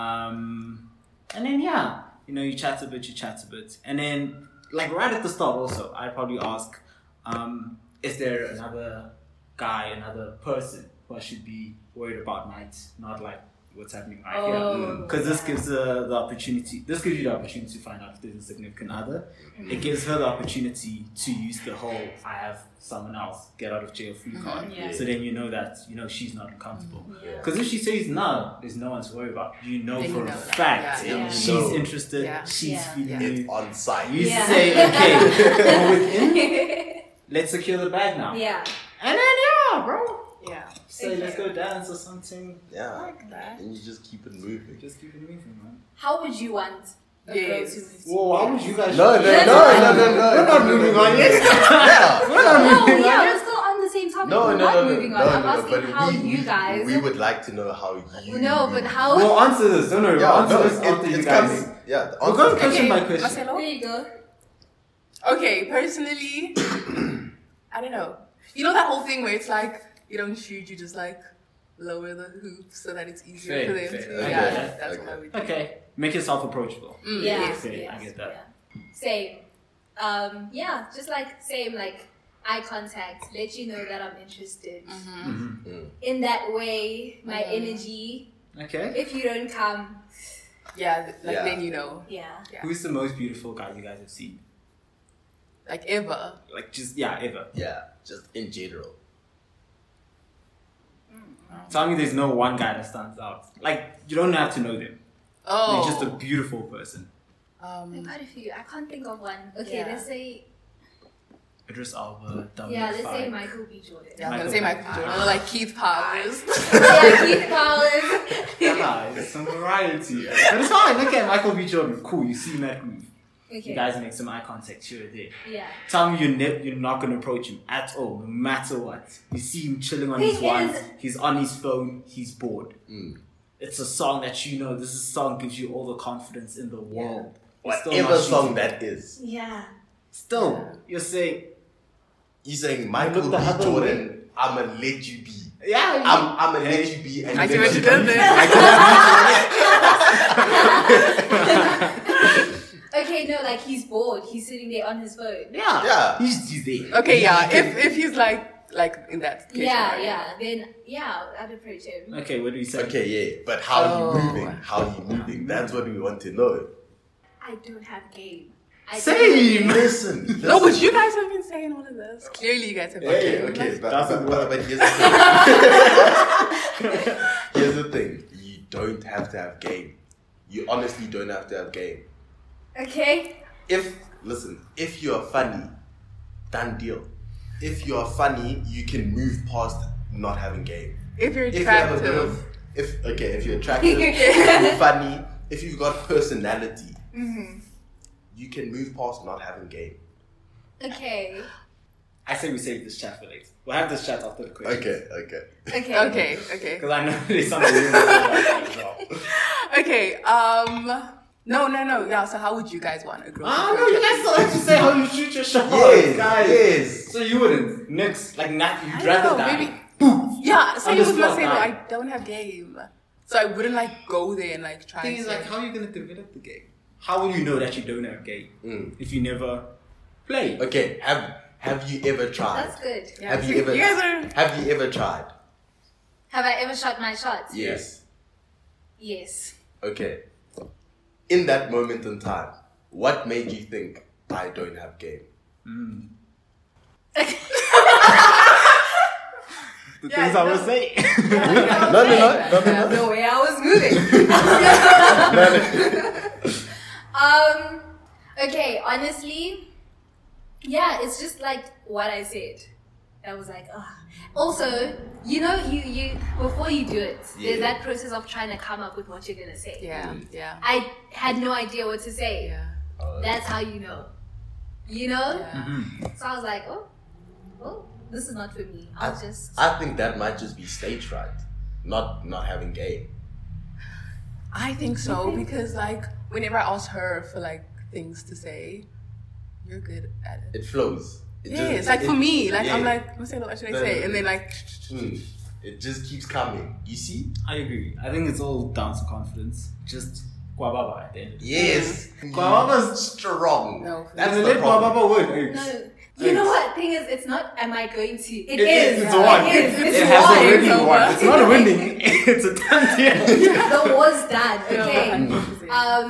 Um, and then, yeah, you know, you chat a bit, you chat a bit. And then, like, right at the start, also, I'd probably ask, um, is there another guy, another person who I should be worried about night? Not like what's happening right
Mm.
here.
Oh,
Because this gives uh, the opportunity, this gives you the opportunity to find out if there's a significant other.
Mm.
It gives her the opportunity to use the whole I have someone else get out of jail free
Mm-hmm.
card.
Yeah.
So then you know that, you know, she's not uncomfortable.
Yeah.
Because if she says no, there's no one to worry about. You know
Then you
for
know
a
that.
fact
Yeah,
yeah.
she's
No.
interested.
Yeah.
She's
Yeah.
feeling
Yeah.
you.
On site.
You
Yeah.
say okay, we're within. Let's secure the bag now.
yeah.
And then yeah, bro.
Yeah.
Say
Okay.
let's go dance or something.
Yeah.
that.
And you just keep it moving.
Just keep it moving, man.
How would you want a
Yes.
girl to move to?
Whoa, how would you guys?
No, no, no, no, no, no.
We're not moving on yet.
Yeah.
We're not
No,
moving
yeah,
on
we're
yet.
still on the same topic.
No,
we're
no,
not
no, no,
moving
no,
on. I'm
no, no.
asking
But
how
we,
you
we-
guys.
we would like to know how you.
no, but how?
We'll answer this. Don't worry.
Yeah,
we'll answer
no,
this
it-
after
it's
you guys.
coming. Yeah, the
We're
answer's
going question
Okay,
by question.
Marcelo?
there you go.
Okay, personally, I don't know. You know that whole thing where it's like you don't shoot, you just like lower the hoop so that it's easier
Fair,
for them
fair.
to.
Okay,
Yeah,
okay.
that's what I
Okay.
would do.
Okay, make yourself approachable.
Mm,
yeah,
yes.
Fair, I
yes,
get that.
yeah. Same. Um, yeah, just like same, like eye contact, let you know that I'm interested.
Mm-hmm.
In that way,
Mhm.
my energy.
Okay.
If you don't come,
Yeah, th- like
Yeah.
then you know,
yeah,
Who's the most beautiful guy you guys have seen?
like ever.
Like just yeah, ever.
Yeah, just in general.
Tell me there's no one guy that stands out. Like you don't have to know them.
Oh,
They're just a beautiful person.
I've
um,
got a few. I can't think of one. Okay,
Yeah.
let's say
Idris Alba, Dominic
yeah, let's say
Fike.
Michael B. Jordan.
yeah,
Yeah,
I'm
Michael
gonna say Michael
Jordan.
Jordan, or like Keith Powers.
Keith Collins.
Guys, some variety. but it's fine. Look at Michael B. Jordan. Cool. You see that move. You
Okay.
guys make some eye contact here or there.
Yeah.
Tell me you're, ne- you're not gonna approach him at all, no matter what. You see him chilling on his
Thing
ones,
is-
he's on his phone, he's bored.
Mm.
It's a song that you know. This is a song gives you all the confidence in the world. You're still not
Whatever
shooting.
song that is.
Yeah.
Still, you're saying,
He's saying, Michael
Look the
B.
other
Jordan, I'ma let you be.
yeah,
I'm, I'ma let you be and
I see
let
what
you
you did
be.
there.
Okay, no, like he's bored. He's sitting there on his phone.
yeah,
Yeah.
He's, he's there.
Okay, yeah. If if he's like like in that case,
Yeah,
right?
yeah. Then yeah, I'd approach him.
Okay, what do you say?
Okay, yeah, but how
Oh.
you moving? How you moving? That's what we want to know.
I don't have game. I
Same.
Listen.
No,
listen.
but you guys have been saying all of this. Clearly, you guys have been
Okay,
saying all of
okay,
this.
but,
That's
but,
a
but,
word.
but here's the thing. here's the thing. You don't have to have game. You honestly don't have to have game.
Okay.
If listen, if you are funny, done deal. If you are funny, you can move past not having game.
If you're
If you have a bit
attractive,
of, if okay, if you're attractive, if you're funny, if you've got personality,
Mm-hmm.
you can move past not having game.
Okay.
I say we save this chat for later. We'll have this chat after the question.
Okay, okay.
Okay.
okay, okay,
Because I know there's something we must talk about as well.
okay. Um, no, no, no. Yeah. So, how would you guys want a girl?
Ah,
to
no, you guys still have to say how you shoot your shot.
Yes,
guys.
yes.
So you wouldn't. Next, like, not, you'd
I
rather
don't know,
die.
maybe. Yeah. So
On
you
the
would not
spot,
say no.
nah.
I don't have game. So I wouldn't like go there and like try.
The thing
and
is, like,
say-
how are you going to develop the game? How will you know that you don't have game
Mm.
if you never play?
Okay, have have you ever tried?
That's good.
Yeah,
Have you ever
You guys are.
have you ever tried?
Have I ever shot my shot?
Yes.
Yes.
Okay. In that moment in time, what made you think I don't have game?
The
Yeah,
things I
no.
would say.
No, no, no, no, no,
the way I was moving. um, okay, honestly, yeah, it's just like what I said. I was like, oh. Also, you know, you you before you do it,
Yeah.
there's that process of trying to come up with what you're gonna say.
Yeah. Yeah.
I had no idea what to say.
Yeah.
Uh,
That's how you know. You know?
Yeah.
Mm-hmm.
So I was like, oh, well, this is not for me. I'll just
I think that might just be stage fright, not not having game.
I think so because like whenever I ask her for like things to say, you're good at it.
It flows. It
Yeah,
just-
it's like for
it-
me, like I'm
yeah.
like, what should I
No,
say?
no,
And
no.
then like,
Mm. it just keeps coming. You see?
I agree. I think it's all down to confidence. Just guababa at the end. of the day.
Yes.
Guava's-
strong.
No.
That's
and
the
let
problem.
guababa work.
No. You know what? Thing is, it's not. Am I going to?
It is, it's a one.
It is.
It-
It's
it
a
has
one.
already
It's
won.
over.
It's not a winning. It's a done deal.
the war's done. Okay.
Yeah.
Um.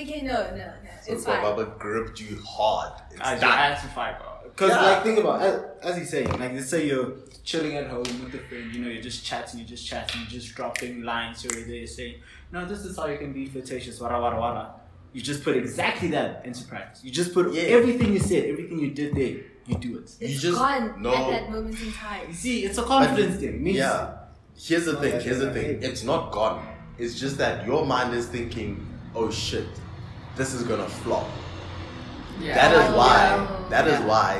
Okay. No. No. No. It's
So
fine.
Baba gripped you hard. It's
I
done.
had to fight, bro. Because,
Yeah.
like, think about as, as you say, like, let's say you're chilling at home with a friend, you know, you're just chatting, you're just chatting, you're just dropping lines here and there, saying, no, this is how you can be flirtatious, wara wara wara. You just put exactly that into practice. You just put
Yeah.
everything you said, everything you did there, you do it.
You
It's
just
gone
no.
at that moment in
You
time.
see, it's a confidence thing. It means-
Yeah. Here's the
Not
thing.
that
Here's the
you're
Oh, thing.
not
It's not gone. It's just that your mind is thinking, "Oh shit, this is gonna flop."
yeah.
That is
Oh,
why. That is
yeah.
why.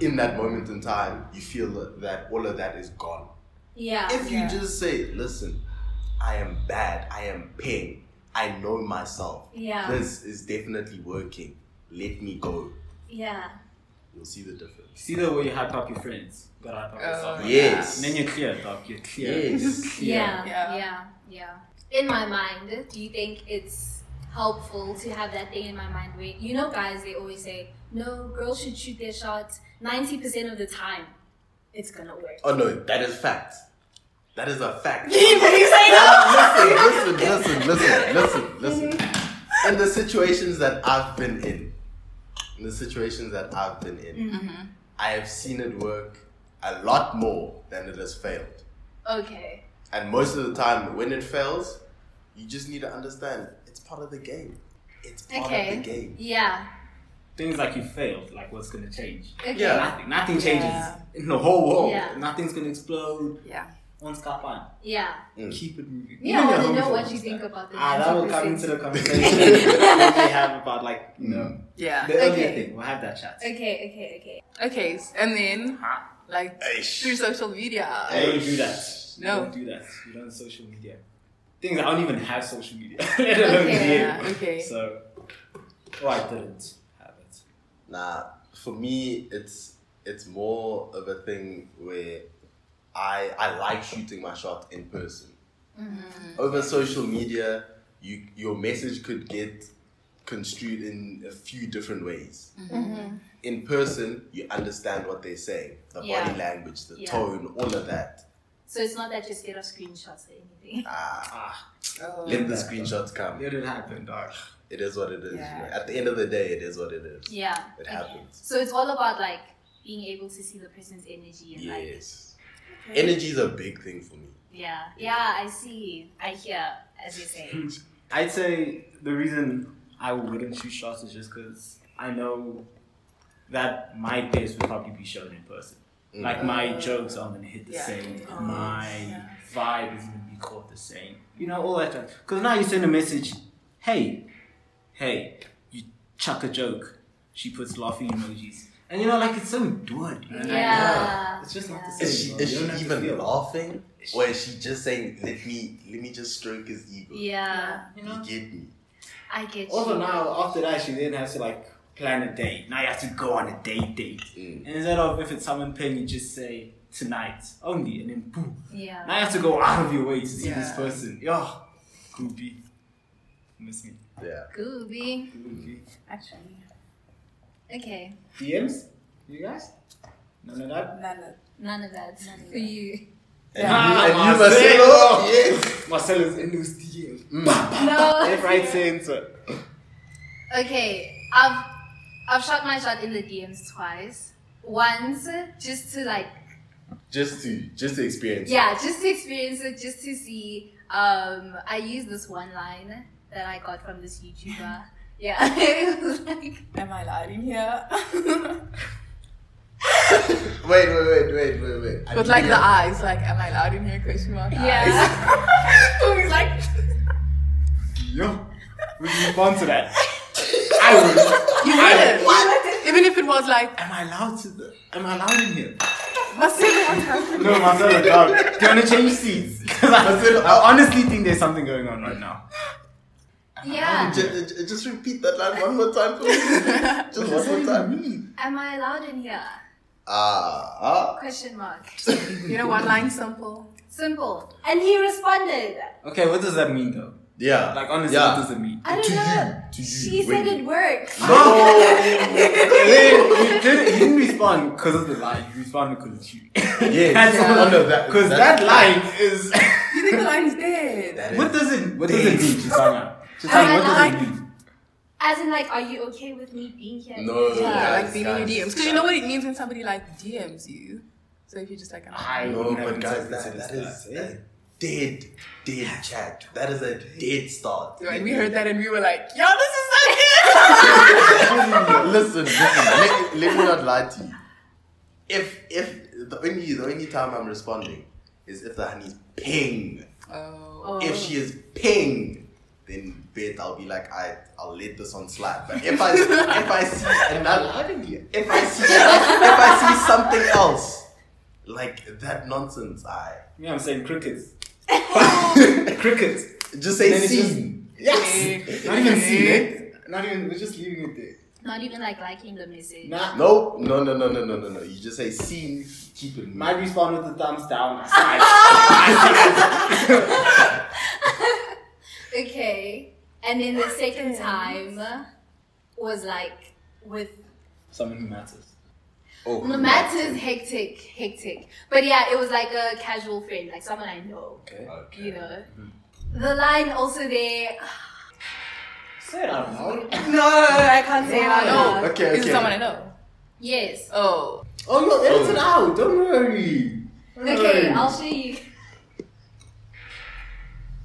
In that moment in time, you feel that all of that is gone.
Yeah.
If you
Ah, Yeah.
just say, "Listen, I am bad. I am pain. I know myself.
Yeah.
This is definitely working. Let me go."
Yeah.
You'll see the difference.
See the way you hype up your friends. You gotta hype up
Oh,
yourself. like
Yes.
that. And then you're clear, dog. You're clear.
Yes.
Yeah.
Yeah.
Yeah. Yeah. In my mind, do you think it's helpful to have that thing in my mind where you know, guys, they always say, "No, girls should shoot their shots ninety percent of the time." It's gonna work.
Oh no, that is fact. That is a fact.
that?
listen, listen, listen, listen, listen, listen. In the situations that I've been in, in the situations that I've been in,
Mm-hmm.
I have seen it work a lot more than it has failed.
Okay.
And most of the time, when it fails, you just need to understand it's part of the game. It's part
Okay.
of the game.
Yeah.
Things like you failed, like what's gonna change?
Okay.
Yeah.
Nothing. Nothing changes
Yeah.
in the whole world.
Yeah.
Nothing's gonna explode.
Yeah.
On Scarpan.
Yeah.
Mm.
Keep it moving.
Yeah,
Even your
I want to
home
know what
phones,
you
man.
think about the
Ah, that will come
90%.
into the conversation that we have about like you know
Yeah.
the earlier
Okay.
thing. We'll have that chat.
Okay, okay, okay.
Okay, s- and then
Huh?
like
Eish.
through social media.
I don't do that.
No.
You don't do that. You don't social media. Things I don't even have social media. Let alone
Okay.
Yeah.
you.
Okay.
So, oh, I didn't have it.
Nah, for me, it's it's more of a thing where I I like shooting my shot in person.
Mm-hmm.
Over social media, you your message could get construed in a few different ways.
Mm-hmm.
In person, you understand what they're saying, the body
Yeah.
language, the
Yeah.
tone, all of that.
So it's not that you scared of screenshots or anything.
Ah,
Oh.
let the screenshots come.
Let it happen, dog.
It is what it is.
Yeah.
you know. At the end of the day, it is what it is.
Yeah.
It happens.
So it's all about like being able to see the person's energy and like
Yes. Energy is a big thing for me.
yeah. Yeah, I see. I hear as you say.
I'd say the reason I wouldn't shoot shots is just because I know that my best would probably be shown in person.
Mm.
Like my jokes aren't gonna hit the
Yeah.
same.
Oh,
my
yeah.
vibe isn't gonna be caught the same. You know all that. Because now you send a message, hey, hey, you chuck a joke. She puts laughing emojis, and you know like it's so endured. you know, like,
Yeah.
It's just not the same.
Is she,
bro.
is
You don't have
she
to
even
feel.
laughing? Or is she just saying, let me let me just stroke his ego?
uh,
Yeah.
You get me?
I get you.
Also now after that she then has to like plan a date. Now you have to go on a date date.
Mm.
And instead of if it's someone paying you just say tonight only and then boom.
Yeah.
Now you have to go out of your way to see
Yeah.
this person. Yo Goopy. Miss me.
Yeah.
Gooby.
Goopy.
Actually,
Okay.
DMs? You guys? None of that?
none of
None of that. For you.
And
Ah,
you, and you must say,
Marcelo! Mm.
oh, yes.
Marcelo's in those DMs.
No.
Left, right, center.
Okay, I've I've shot my shot in the DMs twice. Once just to like
Just to just to experience. it.
yeah, just to experience it, just to see. Um, I used this one line that I got from this YouTuber. Yeah, it was like
Am I loud in here?
Wait, wait, wait, wait, wait, wait. I
With like
need
the
a-
eyes, like, am I loud in here? Question mark.
yeah,
Eyes. like,
Yo. Would you respond to that? I would.
you wouldn't. Even if it was like,
Am I allowed to the, am I allowed in here?
Marcelo, what's happening?
No, Marcelo, dog. Do you want to change seats? 'Cause I, I honestly think there's something going on right now.
yeah.
Ju- ju- Just repeat that line one more time, please. Just one more time.
Am I allowed in here?
Ah, ah.
Question mark.
You know, one line simple.
Simple. And he responded.
Okay, what does that mean though?
Yeah.
Like, honestly,
yeah.
what does it mean?
I don't know.
To you.
She said
wait.
it worked.
you, didn't, you didn't respond because of the lie. You responded because it's you.
Yes.
That's
Oh, no, that,
Because
that's-
that line is.
You think the line is dead?
that is-
what does it? What does it mean, Chisanya?
I
Chisanya, what does
like-
it mean?
As in, like, are you okay with me being here?
No,
Yeah.
Yeah,
guys,
like being in your
guys,
DMs. Because you know what it means when somebody like DMs you. So if you're just like,
I
No,
wouldn't have
but guys,
interpreted
that, that
it
is
as that.
a dead, dead chat. That is a dead start.
right, we heard that and we were like, yo, this is so good.
listen, listen. Let, let me not lie to you. If if the only the only time I'm responding is if the honey's ping.
Oh.
If she is ping, then bet I'll be like I I'll let this on slide. But if I if I see another if I see if I see something else like that nonsense, I
Yeah, I'm saying crickets. crickets.
just say
Then it's just-
scene.
Yes.
Not even seeing it. Not even. We're just leaving it there.
Not even like liking the message.
Nah.
Nope. No, no, no, no, no, no, no. You just say scene, keep it
Might
moving.
respond with the thumbs down. I sigh.
Okay. And then the second time was like with
Someone who matters.
Oh,
no matters hectic, hectic. But yeah, it was like a casual friend, like someone I know.
Okay.
Okay.
You know. The line also there.
Say it out loud.
No, I can't say
that.
No.
Okay,
Is
okay.
it someone I know?
Yes.
Oh.
Oh, you'll edit it out. Don't worry. Don't
Okay,
worry.
I'll show you.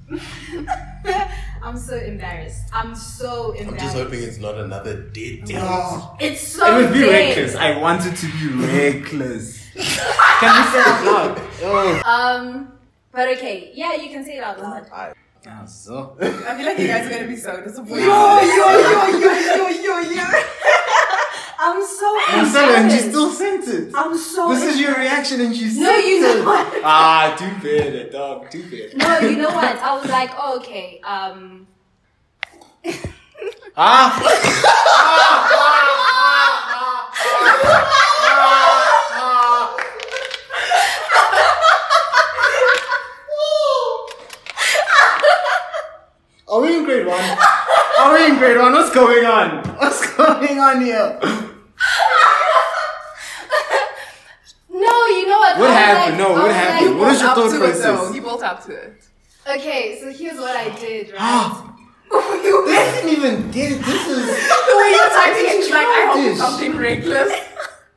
I'm so embarrassed. I'm so
I'm
embarrassed.
just hoping it's not another dead date.
it's
It
so
would be
big.
reckless. I wanted to be reckless. Can we say it out loud? Oh.
Um but okay, yeah, you can say it out loud.
Ah, so.
I feel like you guys are going to be so disappointed.
I'm so
Marcelo, and you
embarrassed.
still sent it.
I'm so
This is your reaction, and you sent
No, you know
it.
what?
Ah, too bad, dog. Too bad.
No, you know what? I was like, oh, okay, um,
Ah. ah. Are we in grade one? Are we in grade one? What's going on? What's going on here?
no, you know what?
What
I was
happened?
like-
No,
I
what
was
happened?
like-
What is your
Up
thought
to it though.
process?
He built up to it.
Ah.
okay, so here's what I did, right?
This isn't even dead. This is
The way you're typing it, like I hope
Childish.
it's something reckless.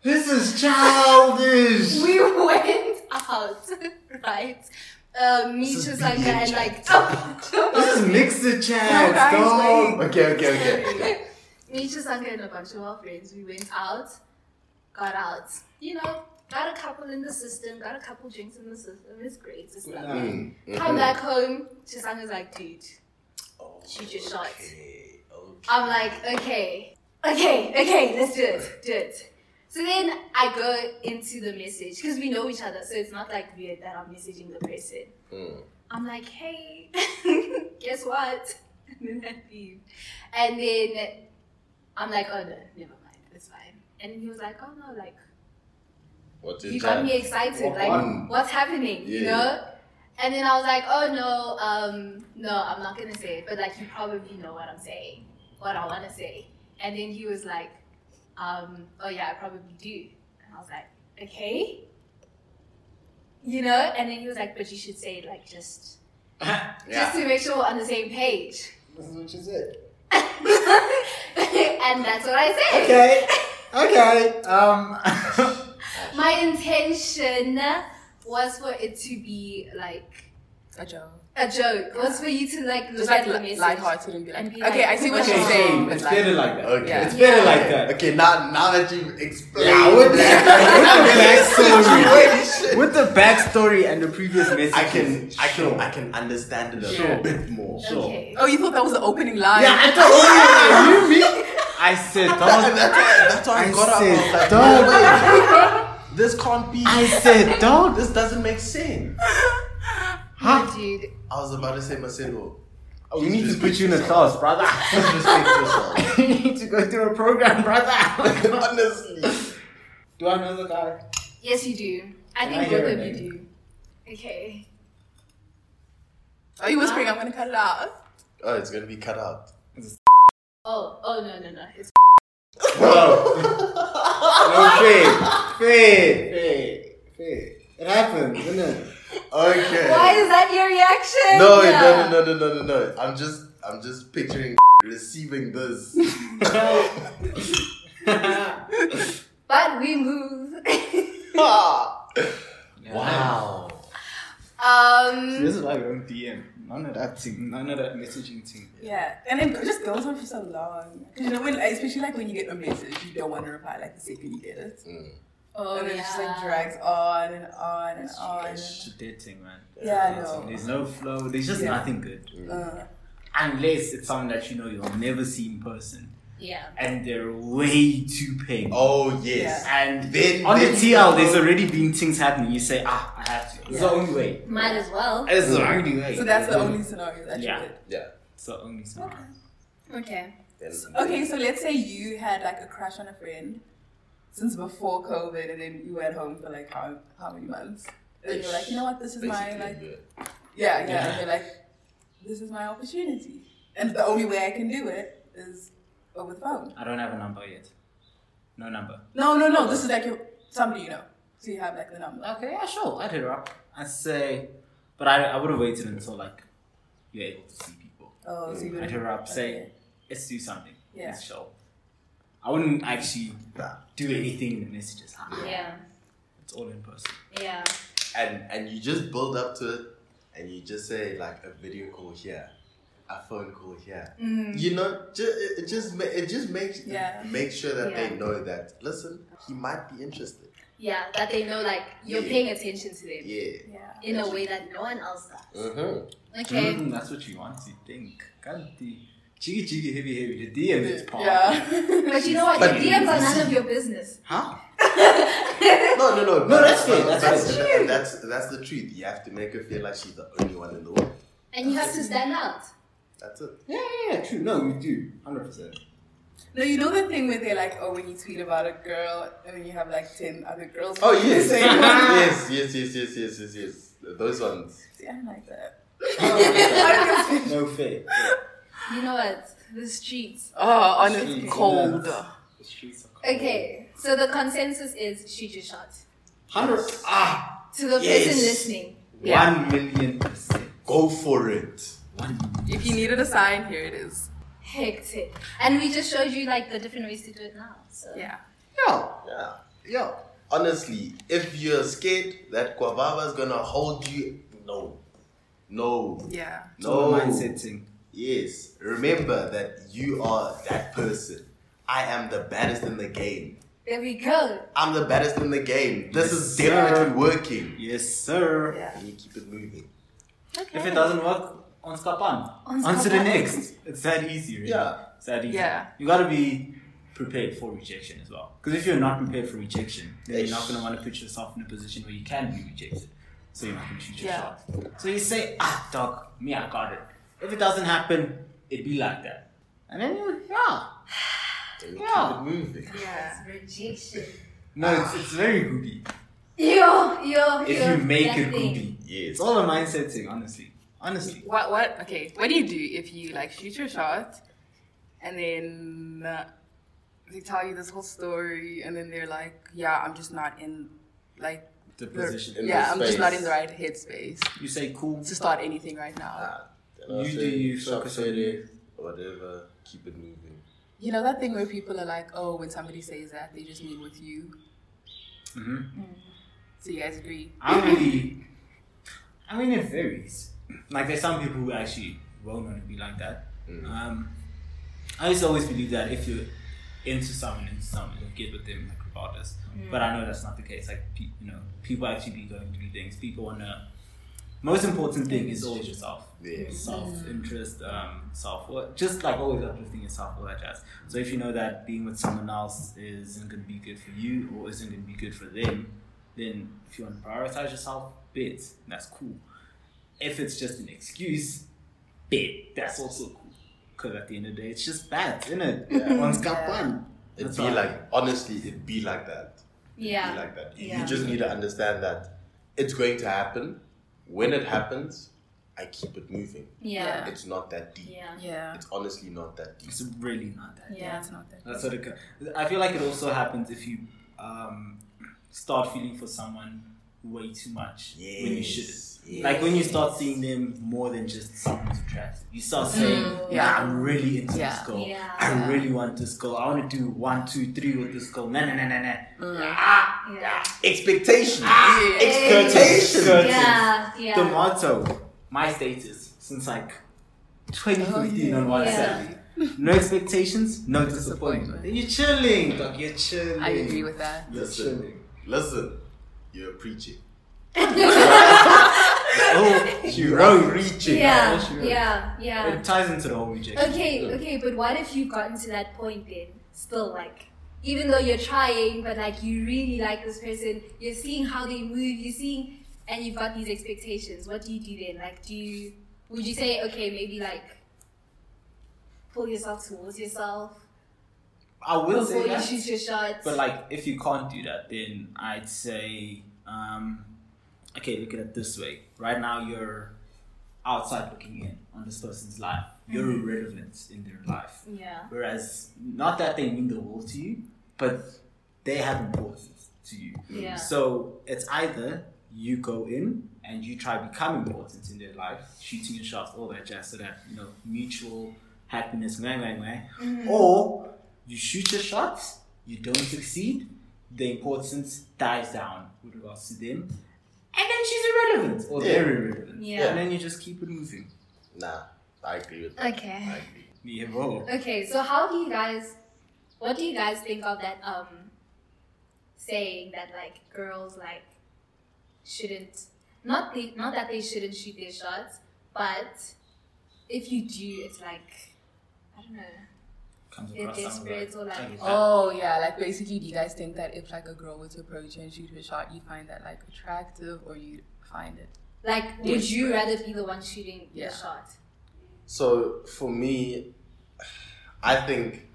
this is childish.
we went out, right? Uh, me
This is
just like
BJ
that, like up.
This is mixer
No,
chats,
guys,
dog.
Okay, okay, okay. okay.
Nisha Sanka and a bunch of our friends, we went out, got out, you know, got a couple in the system, got a couple drinks in the system, it's great, it's lovely.
Hmm.
Mm,
Mm-hmm.
mhm.
Come back home, Chisanga's like, dude, shoot your shot.
Okay, okay.
I'm like, okay, okay, okay, let's do it, do it. So then I go into the message, because we know each other, so it's not like weird that I'm messaging the person.
Mm.
I'm like, hey, guess what? And then I leave. And then I'm like, oh no, never mind, it's fine. And then he was like, oh no, like,
What did
you got
that-
me excited,
What
like,
on?
what's happening, you
Yeah.
know? And then I was like, oh no, um, no, I'm not gonna say it, but like, you probably know what I'm saying, what I wanna say. And then he was like, um, oh yeah, I probably do. And I was like, okay. You know, and then he was like, but you should say it like just
Yeah.
just to make sure we're on the same page.
This is what you said.
and that's what I said.
Okay. Okay. Um.
My intention was for it to be like
A joke.
a joke. Was for you to like look
Just
at
like
the
li-
message.
lighthearted and be like,
And be
okay,
like,
I see what
okay,
you're
so
saying, but
it's
like,
better like that.
Okay.
Yeah.
It's better like that.
Okay, now now that you've
Yeah, with
explained
the,
that
backstory,
situation,
with the backstory and the previous message,
I can I can
Sure.
I can understand it a
Sure.
bit more.
Okay.
oh, you thought that was the opening line?
Yeah, I told you. You mean? I said,
That-
dog.
that's why that's why I,
I
got up. I was
said,
like,
"Dog."
no way. this can't be.
I said, dog.
this doesn't make sense.
No, dude.
I was about to say Marcelo.
We need to
Just
put you in a
respect
class, brother.
yourself. Just
you need to go through a program, brother.
respect yourself. Honestly.
Do I know the guy?
Yes you do. I
I
think
hear
both
her
of you
name?
do. Okay.
Are Oh, you whispering? I'm gonna cut it out.
Oh, it's gonna be cut out.
Oh, oh no no no. It's
No, fair, fair, fair, fair. It happens, isn't it?
Okay.
why is that your reaction?
No, no, no, no, no, no, no, no. I'm just, I'm just picturing receiving this.
But we move.
Wow.
um
This is why we don't DM. None of that thing. None of that messaging thing.
Yeah, and it just goes on for so long. 'Cause you know, when, especially like when you get a message, you don't want to reply like the second you get it,
Oh
and it
yeah.
just like drags on and on and on. And
It's a dead thing, man.
Yeah, I
Dead
know.
thing. There's no flow. There's just
Yeah.
nothing good.
Uh,
Unless it's someone that you know you'll never see in person,
yeah.
and they're way too paying.
Oh yes.
And
Then-
on
then-
the TL, there's already been things happening. You say, ah, I have to. It's the only way.
Might as well.
It's the only way.
so that's the only scenario that
Yeah.
you did.
Yeah.
It's the only scenario.
Okay.
Okay, so let's say you had like a crush on a friend since before COVID, and then you were at home for like how how many months? And you're like, you know what, this is my like
Basically,
Yeah, yeah. And you're like, this is my opportunity. And the only way I can do it is over the phone.
I don't have a number yet. No number.
No, no, no. This is like your, somebody you know. So you have like the number.
Okay, yeah, sure. I'd hit her up. I'd say, but I, I would have waited until like you're able to see people.
Oh, so you
I'd hit her up, say,
Okay.
let's do something.
Yeah.
Let's show. I wouldn't actually
Nah.
do anything in the messages. Ah,
Yeah.
It's all in person.
Yeah.
And and you just build up to it, and you just say like a video call here, a phone call here.
Mm.
You know, just it just ma- it just makes
Yeah.
make sure that
Yeah.
they know that. Listen, he might be interested.
Yeah. That they know like you're
Yeah.
paying attention to them
Yeah.
Yeah.
in a way that no one else does.
Mm-hmm.
Okay.
Mm, that's what you want to think. Kanti. Chiggy chiggy heavy heavy. The DM is part.
Yeah.
But you know what?
But-
your DMs are none of your business.
Huh?
No, no, no.
No, that's fair, that's
that's,
fair.
that- that's that's the truth. You have to make her feel like she's the only one in the world.
And you have to stand out.
That's it.
Yeah, yeah, yeah, true. No, we do. 100%.
No, you know the thing where they're like, oh, when you tweet about a girl and then you have like 10 other girls.
Oh yes,
Say, "Well,
yes, yes, yes, yes, yes, yes, yes. Those ones.
See, I'm like that.
No fair.
You know what? The streets.
Oh,
Jeez.
honestly, cold.
The streets are cold.
Okay. So the consensus is shoot your shot.
100. Ah!
To the
Yes.
person listening.
Yeah.
One million percent.
Go for it.
What do you mean?
If you needed a sign, here it is.
Hectic. And we just showed you like the different ways to do it now. So
Yeah.
Yeah, yeah, yeah. Honestly, if you're scared that Guavava is gonna hold you, no, no,
Yeah.
It's all
no.
a mindset thing.
Yes, remember that you are that person. I am the baddest in the game.
there we go.
I'm the baddest in the game. This is
Yes, sir.
definitely working.
Yes, sir.
Yeah.
And you keep it moving.
Okay.
If it doesn't work, on Skapan.
On
On to the
Skapan.
next. It's that easy, really.
Yeah.
It's that easy.
Yeah.
You gotta be prepared for rejection as well. Because if you're not prepared for rejection, then you're not gonna want to put yourself in a position where you can be rejected. So you're not gonna shoot your
Yeah.
shot. So you say, ah, dog, me, I got it. If it doesn't happen, it'd be like that. And then you, yeah.
And you
Yeah.
keep it moving.
Yeah.
Rejection.
No, it's, it's very goody.
Yo, yo,
If
yo,
you make
that
it
thing.
goody.
Yes.
It's all a mindset thing, honestly. Honestly.
What? What? Okay. What do you do if you like shoot your shot, and then uh, they tell you this whole story, and then they're like, "Yeah, I'm just not in, like,
The
the-
position.
In
yeah,
the
I'm just not
space.
in the right headspace
You say cool.
to start anything right now."
Ah, then I
You
say,
do you,
shop
focus on
said
you.
it, Whatever, keep it moving.
You know that thing where people are like, "Oh, when somebody says that, they just mean with you."
hmm
So you guys agree?
I really, I mean, it varies. Like, there's some people who actually won't want to be like that. Um, I used to always believe that if you're into someone, into someone, you'll get with them, like, regardless. But I know that's not the case. Like, pe- you know, people actually be going through things. People want to. Most important thing is always yourself.
Yeah.
Self interest, um, self work, just like always uplifting yourself, all that jazz. So, if you know that being with someone else isn't going to be good for you or isn't going to be good for them, then if you want to prioritize yourself, bid. That's cool. If it's just an excuse, bid. That's also cool. Because at the end of the day, it's just bad, isn't it? One's got one.
It'd
That's
be
all.
like, honestly, it'd be like that.
Yeah.
be like that. You-
Yeah.
You just need to understand that it's going to happen. When it happens, I keep it moving.
yeah.
It's not that deep.
Yeah.
Yeah.
It's honestly not that deep.
It's really not that.
Yeah,
Yeah.
it's not that.
That's what it. co- I feel like it also happens if you um, start feeling for someone way too much when you
Yes,
shouldn't.
yes.
Like when you start seeing them more than just someone who's attractive. You start saying, "Yeah, I'm really into
Yeah.
this girl.
Yeah.
I really want this girl. I want to do one, two, three with this girl. Nah, nah, nah, nah, nah."
Yeah.
Expectation.
Yeah.
Expectation.
Curtains.
Yeah. yeah.
The motto, my status since like 2015 on WhatsApp. No expectations, no disappointment. Then You're chilling, dog. You're chilling.
I agree with that.
You're
Listen,
chilling.
listen. You're preaching.
Oh,
You
you
are
wrote.
preaching.
yeah.
Sure.
yeah. Yeah.
It ties into the whole rejection.
Okay, okay, but what if you've gotten to that point then? Still, like, even though you're trying, but like you really like this person, you're seeing how they move, you're seeing, and you've got these expectations. What do you do then? Like, do you, would you say, okay, maybe like pull yourself towards yourself
I will
before
say
you
that.
shoot your shots?
But like, if you can't do that, then I'd say, um, okay, look at it this way. Right now, you're outside looking in on this person's life. You're
Mm-hmm.
irrelevant in their life.
yeah.
Whereas, not that they mean the world to you, but they have importance to you.
Yeah.
So it's either you go in and you try become important in their life, shooting your shots, all that jazz, so that you know mutual happiness, wah, wah, wah.
Mm-hmm.
or you shoot your shots, you don't succeed, the importance dies down with regards to them, and then she's irrelevant or
Yeah.
they're irrelevant,
Yeah.
and then you just keep it moving.
Nah, I agree with that.
Okay.
I agree.
We evolve.
Okay, so how do you guys, what do you guys think of that um saying that like girls like shouldn't not the not that they shouldn't shoot their shots, but if you do, it's like I don't know.
Comes
They're
across some of
desperate
the-
or like-
Thank you.
Oh yeah, like basically, do you guys think that if like a girl were to approach you and shoot her shot, you find that like attractive, or you find it?
Like, would you
Desperate.
rather be the one shooting
Yeah.
the shot?
So for me, I think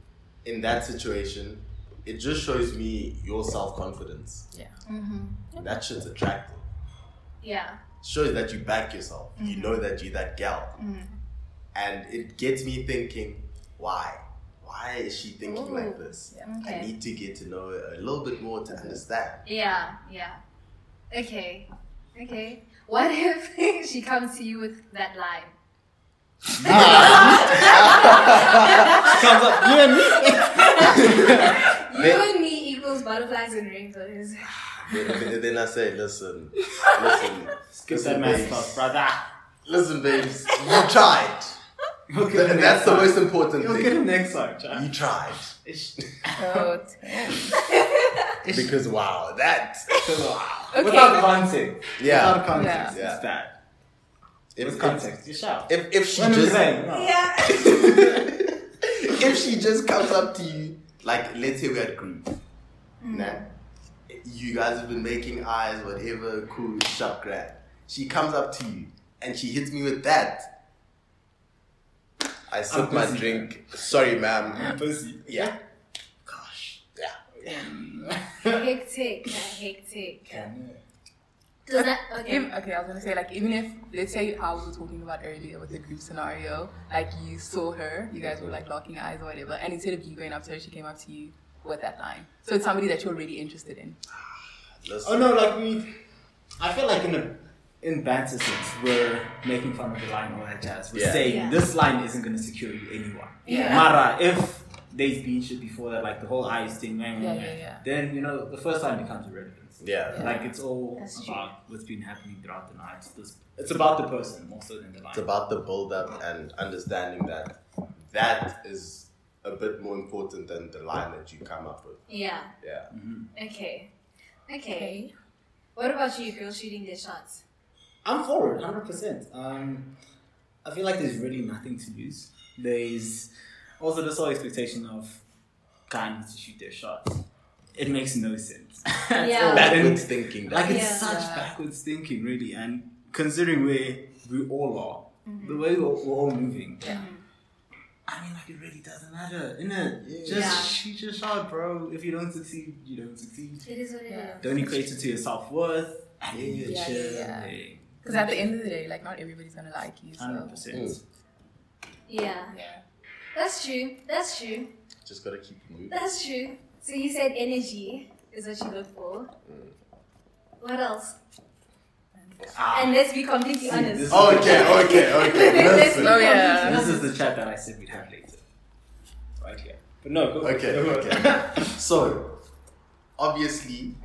in that situation, it just shows me your self confidence.
Yeah.
Mm-hmm. That shit's attractive.
Yeah.
shows that you back yourself. You know that you're that gal.
Mm-hmm.
And it gets me thinking, why? Why is she thinking like this? I
Okay.
need to get to know her a little bit more to understand.
Yeah. Yeah. Okay. Okay. What if she comes to you with that line?
She comes up, you and me.
You and me equals butterflies and rainbows.
then, then I say, listen, listen,
Skip
listen,
that math
babes,
class, brother.
listen, babes, you tried.
You'll get
Th-
him
That's
next
the
time.
most important
You'll get
thing.
him next time, child.
You tried
Ish.
Oh, damn.
because wow, that wow,
Okay.
Without context.
yeah.
Without context,
Yeah.
it's bad.
If,
With context, you shout.
if if she
When we
just
playing,
Oh.
no.
Yeah.
if she just comes up to you, like let's say we're at group,
Hmm.
nah, you guys have been making eyes, whatever, cool, sharp, grand. She comes up to you and she hits me with that. I sip my
busy.
drink. Sorry, ma'am.
Pussy.
Yeah. Gosh. Yeah.
hectic, man, hectic. Does that okay?
Even, okay, I was gonna say like even if let's say how we were talking about earlier with the group scenario, like you saw her, you guys were like locking eyes or whatever, and instead of you going up to her, she came up to you with that line. So it's somebody that you're really interested in.
Listen.
Oh no, like we. I feel like in a in banter sense, we're making fun of the line all that jazz. We're
Yeah.
saying
Yeah.
this line isn't going to secure you anyone.
Yeah.
Mara, if there's been shit before that, like the whole eyes thing, man,
Yeah, yeah, yeah.
then you know the first line becomes irrelevant.
Yeah.
Like it's all
That's true.
about what's been happening throughout the night. It's, this, it's about the person more so than the line.
It's about the build up and understanding that that is a bit more important than the line that you come up with.
Yeah.
Yeah.
Okay. Mm-hmm. Okay. What about you, girls shooting their shots?
I'm for it, 100%. Um, I feel like there's really nothing to lose. There's also this whole expectation of guy needs to shoot their shot. It makes no sense. It's
Yeah.
all
Backwards
in-
thinking.
Like it's
Yeah.
such backwards thinking, really. And considering where we all are, the way we're, we're all moving,
Mm-hmm.
I mean, like it really doesn't matter, innit? Just
Yeah.
shoot your shot, bro. If you don't succeed, you don't succeed.
It is what it is.
Yeah.
Don't equate it to your self worth. And then you
Yeah,
chill.
yeah.
eh.
Because at the end of the day, like not everybody's gonna like you. So.
100%.
Mm.
Yeah.
Yeah.
That's true. That's true.
Just gotta keep it moving.
That's true. So you said energy is what you look for.
Mm.
What else?
Ah.
Ah,
and let's be completely honest.
this-
Okay, okay, okay.
Let's
Listen.
be
Oh, yeah.
completely
This
honest.
is the chat that I said we'd have later. Right here. But no, go
Okay,
go for it.
okay. So obviously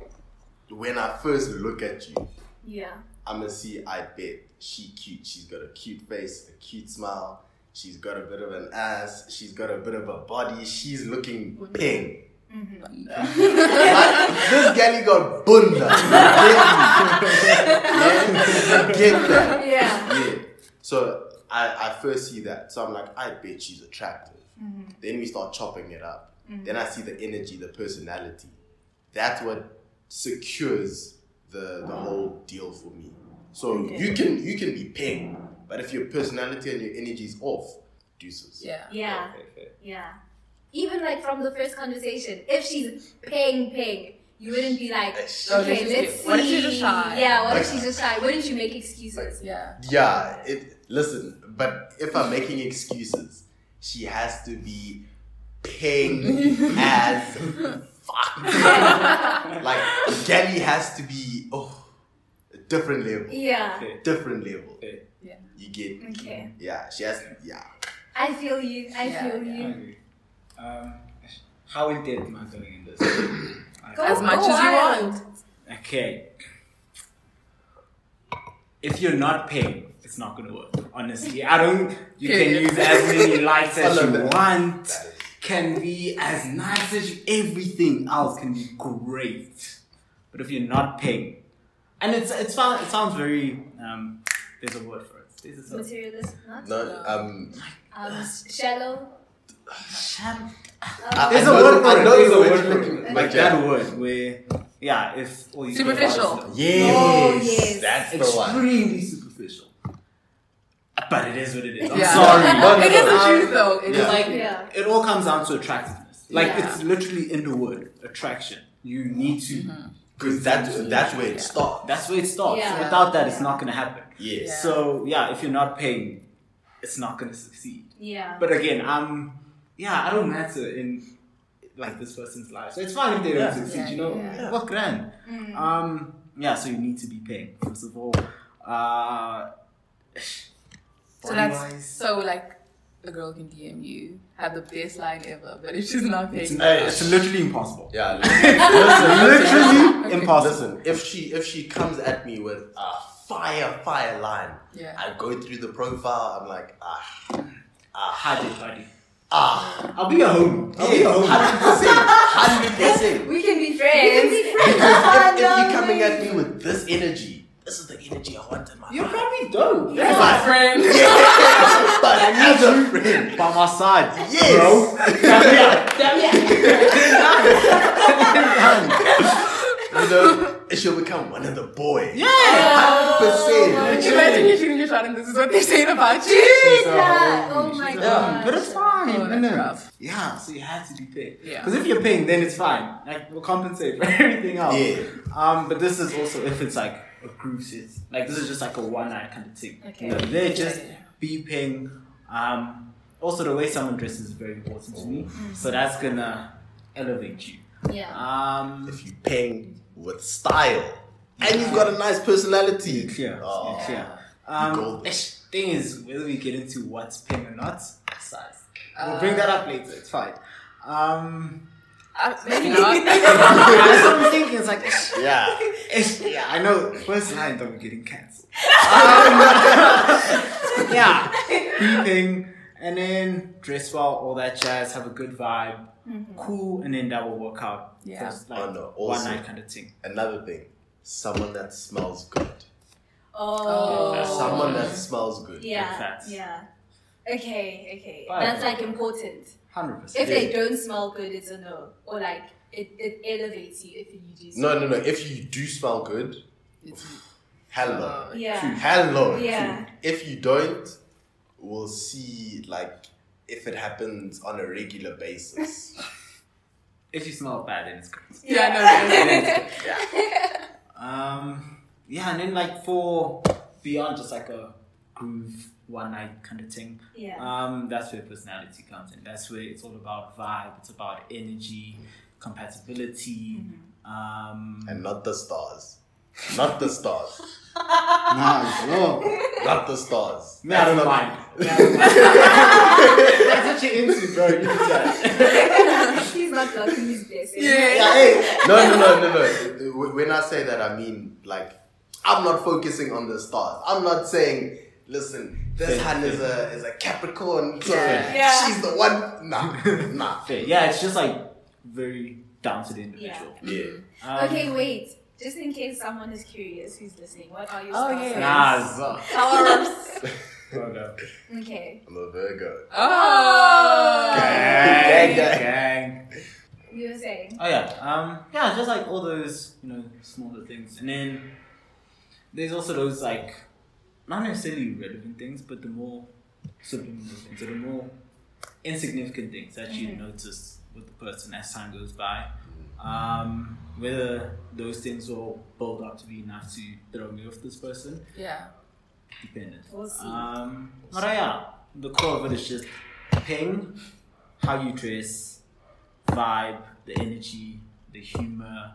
when I first look at you,
Yeah.
I'ma see I bet she cute. She's got a cute face, a cute smile, she's got a bit of an ass, she's got a bit of a body, she's looking pink. Like, this galley got bunda. yeah, you get that.
Yeah.
Yeah. So I, I first see that. So I'm like, I bet she's attractive. Then we start chopping it up. Then I see the energy, the personality. That's what secures the the whole deal for me. So you can you can be paying, but if your personality and your energy is off, deuces.
Yeah.
Yeah. Yeah. Even like from the first conversation, if she's paying, paying, you wouldn't be like,
Yes.
Oh,
okay,
this is
let's
it.
see.
What if she's just shy?
Yeah, what if
Like-
she's just shy? Wouldn't you make excuses?
Yeah.
Um,
Yeah, it listen, but if I'm making excuses, she has to be paying as fuck. like Gabby has to be oh a different level.
Yeah.
Different level.
Okay.
Yeah.
You get
Okay.
yeah, she has yeah.
I feel you. I
Yeah,
feel
yeah.
I
you.
agree. Um, how in depth am I going in this?
Go
As much as you
wild.
want.
okay. If you're not paying, it's not gonna work. Honestly, I don't. You can
Period.
use as many lights as
I love
you
that.
want. Can be as nice as you. Everything else can be great. But if you're not paying, and it's it's fun, it sounds very um. There's a word for it. There's a sort of-
Materialist, not
No, um
um, shallow.
Sham-
I-
There's
I
a
know-
word
I
for it.
know
There's
the
a
word
word
you're
for
looking
it.
at.
Like
Yeah.
that word where, yeah, if all you care about is
Superficial.
the-
Yes,
Oh, yes.
that's the one.
extremely superficial. But it is what it is. I'm
Yeah.
sorry. um,
No, no,
It is
no.
the truth though. It is
Yeah.
like
Yeah.
It all comes down to attractiveness. Like
Yeah.
it's literally in the word attraction. You need to.
Mm-hmm.
Because that that's where it starts.
That's where it starts.
Yeah.
Without that, it's
Yeah.
not gonna happen.
Yes.
Yeah.
So yeah, if you're not paying, it's not gonna succeed.
Yeah.
But again, I'm yeah, I don't matter in like this person's life. So it's fine if they don't succeed,
Yeah,
you know.
yeah. Mm.
What grand. Um yeah, so you need to be paying, first of all. Uh
So that's
Body-wise.
so like a girl can DM you, have the best line ever, but if she's not
It's,
paying,
it's literally impossible.
Yeah. Listen, listen,
Literally impossible.
listen, if she if she comes at me with a fire fire line,
Yeah.
I go through the profile. I'm like, ah,
Had it, buddy.
ah,
I'll be your homie. I'll be your homie.
hundred percent, hundred percent.
We can be friends.
Because if, if you're coming at me with this energy, this is the energy I want in my
You're
life.
probably dope.
It's
Yeah.
like-
friend.
Yeah, but as a friend,
By my side.
yes.
Bro.
you know, and she'll become one of the boys. Yeah, hundred
Can
percent.
you imagine you're shooting your shot and this is what they're saying about you?
She's a
Yeah.
homie.
Oh my
She's a
God.
homie. But it's fine.
Oh, that's
innit?
rough.
Yeah, so you have to be paid.
Yeah.
Because if you're paying, then it's fine. Like, we'll compensate for everything else.
Yeah.
Um, but this is also if it's like a group set. Like, this is just like a one night kind of thing.
Okay.
You know, they're just beeping. Um, also, the way someone dresses is very important to me.
Mm-hmm.
So that's gonna elevate you.
Yeah.
Um,
If you ping with style and you've got a nice personality,
clear.
Oh,
Clear. Um,
Gold.
thing is, whether we get into what's paying or not, size.
Uh,
We'll bring that up later. It's fine. Um,
Uh, Maybe not.
that's what I'm thinking. It's like,
Yeah.
It's, yeah, I know. First line that we're getting cancelled. Um, yeah, breathing, and then dress well, all that jazz. Have a good vibe,
Mm-hmm.
cool, and then that will work out.
Yeah.
Just like
Oh, no,
one
also-
night kind of thing.
Another thing, someone that smells good.
Oh.
Someone that smells good.
Yeah.
Facts.
Yeah. Okay. Okay.
Five.
That's like important.
Hundred
If
percent.
they don't smell good, it's a no. Or like it, it elevates you if you do.
No,
smell
no, no. If you do smell good, hello.
good. Yeah.
Hello.
Yeah.
If you don't, we'll see, like, if it happens on a regular basis.
If you smell bad, then it's good.
Yeah, no, no, no.
Um, yeah, and then like for beyond just like a groove one night kind of thing.
Yeah.
Um, that's where personality comes in. That's where it's all about vibe. It's about energy, compatibility.
Mm-hmm.
Um,
and not the stars. Not the stars.
Nice. Oh,
Not the stars.
I don't
That's not-
mind. That's what you're into, bro. You can tell.
He's not blocking his blessing.
Yeah.
Yeah, hey. No, no, no, no, no. When I say that, I mean like I'm not focusing on the stars. I'm not saying, listen, this Han is a is a Capricorn. So
Yeah.
She's the one. Nah, nah.
fair. Yeah, it's just like very down to the individual.
Yeah.
Um,
okay, wait. Just in case someone is curious who's listening, what are your
Oh,
stars?
yeah.
Nah, zo-
Okay.
I'm a Virgo.
Oh.
Gang, gang.
gang.
You were saying.
Oh yeah. Um, yeah, just like all those you know smaller things, and then there's also those like not necessarily relevant things, but the more subliminal things, or the more insignificant things that you notice with the person as time goes by. Um, whether those things will build up to be enough to throw me off this person,
Yeah.
dependent.
We'll see.
Um, but uh, yeah, the core of it is just ping, how you dress, vibe, the energy, the humor.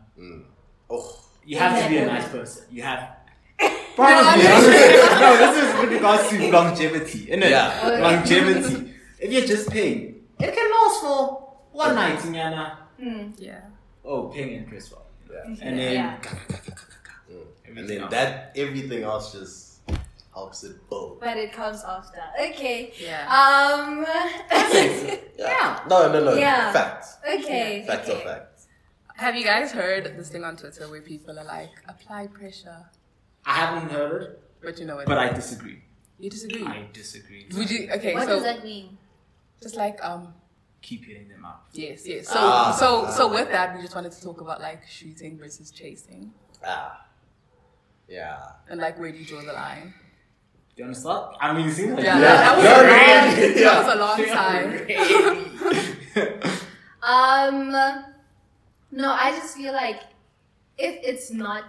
Oh,
You have to be a nice person. You have.
Probably. no, this is with regards to longevity, innit?
Yeah.
Okay.
Longevity. If you're just paying, it can last for one night, Nyana.
Yeah.
Oh, ping and dress well.
yeah.
And then
Yeah.
And then that everything else just helps it build.
But it comes after. Okay.
Yeah.
Um.
Yeah. No, no, no.
Yeah.
Facts.
okay.
Facts
okay.
are facts.
Have you guys heard this thing on Twitter where people are like, apply pressure,
I haven't heard it,
but you know it?
but I disagree.
you disagree.
I disagree.
Would you? Okay,
What
so
does that mean?
just like um,
Keep hitting them up.
yes, yes. So,
Ah.
so, so with that, we just wanted to talk about like shooting versus chasing,
Ah. Yeah.
and like where do you draw the line?
Do you want to start? I mean, it seems like
Yeah, that, that
No,
was a
no,
long,
yeah.
that was a long time.
Um, no, I just feel like if it's not,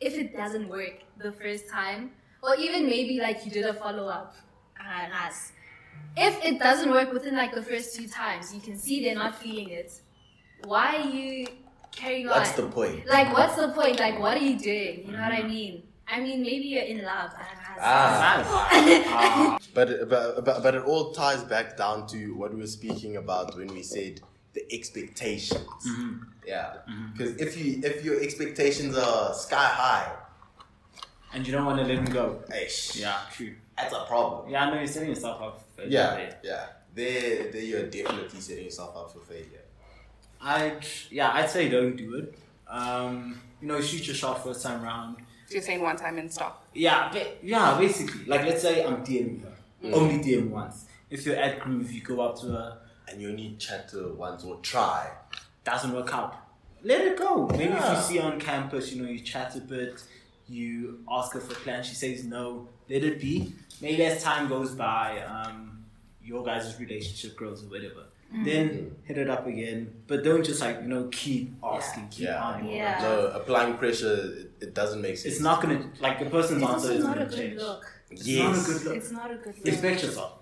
if it doesn't work the first time, or even maybe like you did a follow up on us, if it doesn't work within like the first two times, you can see they're not feeling it. Why are you carrying
What's
on?
the point?
like, what's the point? Like, what are you doing? You know what I mean? I mean, maybe you're in love. Ah,
Ah.
But, but, but, but it all ties back down to what we were speaking about when we said the expectations.
Mm. mm-hmm.
Yeah. Because if, you, if your expectations are sky high,
and you don't want to let him go.
eish,
Yeah, true.
that's a problem.
Yeah, I know you're setting yourself up. For
Yeah. Yeah. There, there you're definitely setting yourself up for failure.
I'd yeah, I'd say don't do it. Um, you know, shoot your shot first time round.
You're saying one time and stop.
Yeah, ba- yeah, basically. Like, let's say I'm DMing her.
Mm.
Only DM once. If you're at Groove, you go up to her.
And you only chat to her once or try.
Doesn't work out. Let it go. Maybe if
Yeah.
you see her on campus, you know, you chat a bit. You ask her for plans. She says no. Let it be. Maybe as time goes by, um, your guys' relationship grows or whatever.
Mm.
Then hit it up again. But don't just like you know keep asking, keep
Yeah.
on.
Yeah.
So applying pressure, it, it doesn't make sense.
It's not gonna like the person's
It's
answer
also
is
not a
gonna
good
change.
look.
Yes.
It's not a good look.
It's not a good look.
Respect yourself.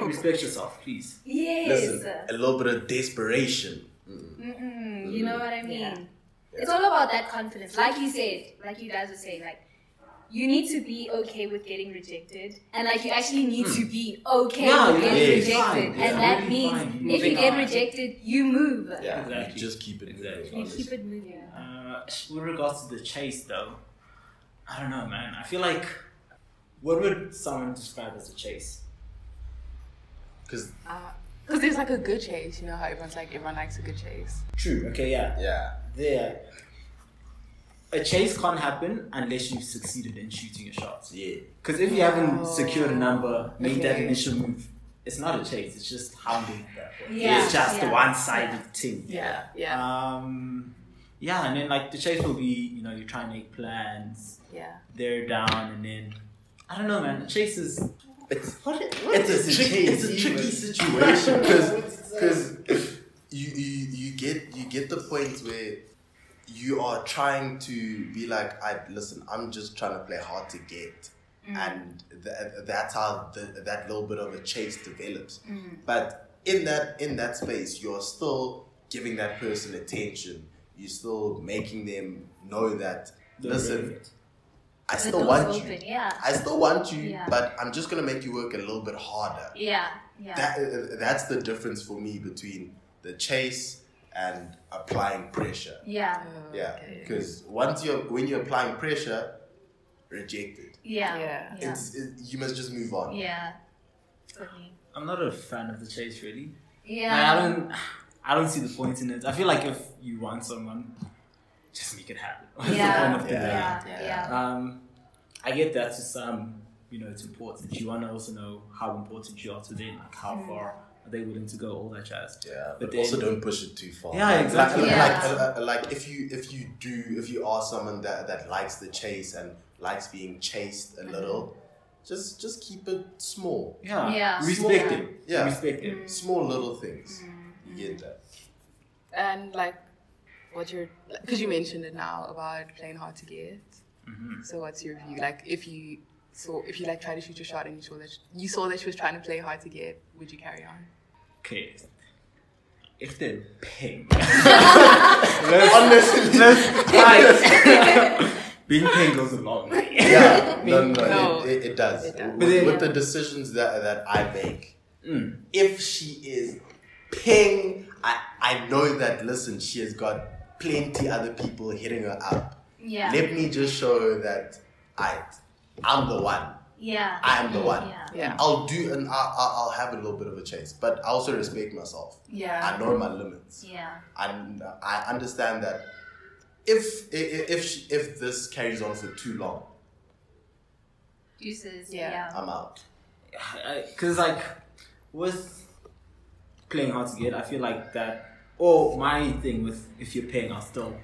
Respect yourself, please.
Yes.
Listen, a little bit of desperation.
Mm, you know what I mean? It's all about that confidence. Like you said, like you guys were saying, like you need to be okay with getting rejected. And like you actually need to be okay
Hmm. Yeah,
with
yeah,
getting
yeah,
rejected.
fine, yeah.
And that
Really
means
fine,
if you
moving
get
on.
rejected, you move.
Yeah,
Exactly.
you just keep it
Exactly.
moving.
You keep it moving.
Uh, with regards to the chase, though, I don't know, man. I feel like what would someone describe as a chase?
Because
Because there's like a good chase, you know how everyone's like, everyone likes a good chase.
True. Okay. Yeah.
yeah,
There. A chase can't happen unless you've succeeded in shooting your shots.
yeah,
Because if you haven't secured a number, made that
Okay.
initial move, it's not a chase. It's just hounding it that way.
Yeah,
It's just
yeah.
one-sided thing.
Yeah. Yeah.
Um, yeah, and then like the chase will be, you know, you try and make plans.
yeah.
They're down, and then I don't know, man. The chase is
it's
what? i- what
it's a
is
tricky, it's a
chase
tricky
even?
situation because you, you you get you get the point where you are trying to be like, I listen, I'm just trying to play hard to get.
Mm.
And tha- that's how the, that little bit of a chase develops.
Mm.
But in that in that space, you're still giving that person attention. You're still making them know that
They're doing
listen,
it.
I
The
still
door's
want you.
open, yeah.
I still want you,
Yeah.
but I'm just gonna make you work a little bit harder.
Yeah. Yeah.
That uh, that's the difference for me between the chase and applying pressure.
Um,
yeah.
Yeah, because once you're when you're applying pressure, rejected.
Yeah.
Yeah.
Yeah.
It's it, you must just move on.
Yeah. For me.
I'm not a fan of the chase really.
Yeah.
Like, I don't. I don't see the point in it. I feel like if you want someone, just make it happen. What's the
Yeah.
point of doing it?
Yeah.
Yeah.
Yeah.
Um, I get that to some, you know, it's important. You want to also know how important you are to them, like
Mm.
how far are they willing to go, all that jazz.
Yeah, but,
But then-
also don't push it too far.
Yeah,
Like-
exactly.
Like,
Yeah.
like, uh, uh, like if you if you do if you are someone that, that likes the chase and likes being chased a little,
Mm-hmm.
just just keep it small,
Yeah.
Yeah. Mm.
Respect them.
Yeah.
Respect them.
small little things.
Mm-hmm.
You get that.
And like, what your because you mentioned it now about playing hard to get. So what's your view? Like, if you saw if you like tried to shoot your shot and you saw that sh you saw that she was trying to play hard to get, would you carry on?
Okay. If they're paying.
Honestly,
Being paying goes a long way.
yeah, no, no,
No.
It, it, it does.
It does.
With,
But then-
with the decisions that that I make, if she is ping, I I know that. Listen, she has got plenty other people hitting her up.
Yeah.
Let me just show her that I, I'm the one.
Yeah.
I'm the one.
Yeah.
Yeah.
I'll do and I, I, I'll have a little bit of a chase, but I also respect myself.
Yeah.
I know my limits.
Yeah.
And I understand that if if if, she, if this carries on for too long,
Juices.
Yeah.
Yeah.
I'm out.
Because, like, with playing hard to get, I feel like that, or my thing with if you're paying, I'll still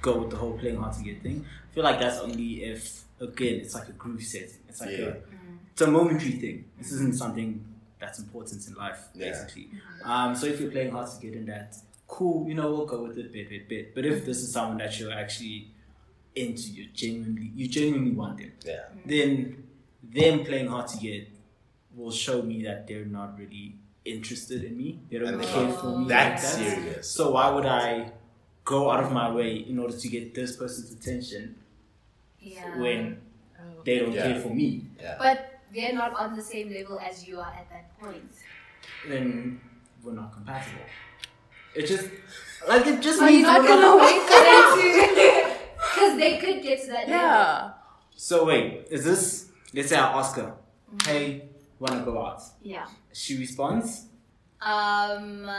go with the whole playing hard to get thing. I feel like that's only if, again, it's like a groove setting. It's like
Yeah.
a, it's a momentary thing. This isn't something that's important in life,
Yeah.
basically. Um, so if you're playing hard to get in that, cool, you know, we'll go with it bit, bit, bit. But if this is someone that you're actually into, you genuinely, you genuinely want them
Yeah.
then them playing hard to get will show me that they're not really interested in me. They don't
And
care
they're
for me.
that
like that.
serious.
So why would I go out of my way in order to get this person's attention
Yeah.
when
Oh.
they don't
Yeah.
care for me.
But they're not on the same level as you are at that point.
Then we're not compatible. It just like it just
Are you
means
not
we're
gonna wait for that?
Because they could get to that level.
Yeah.
So wait, is this let's say I ask her,
Mm-hmm.
hey, wanna go out?
Yeah.
She responds,
Um.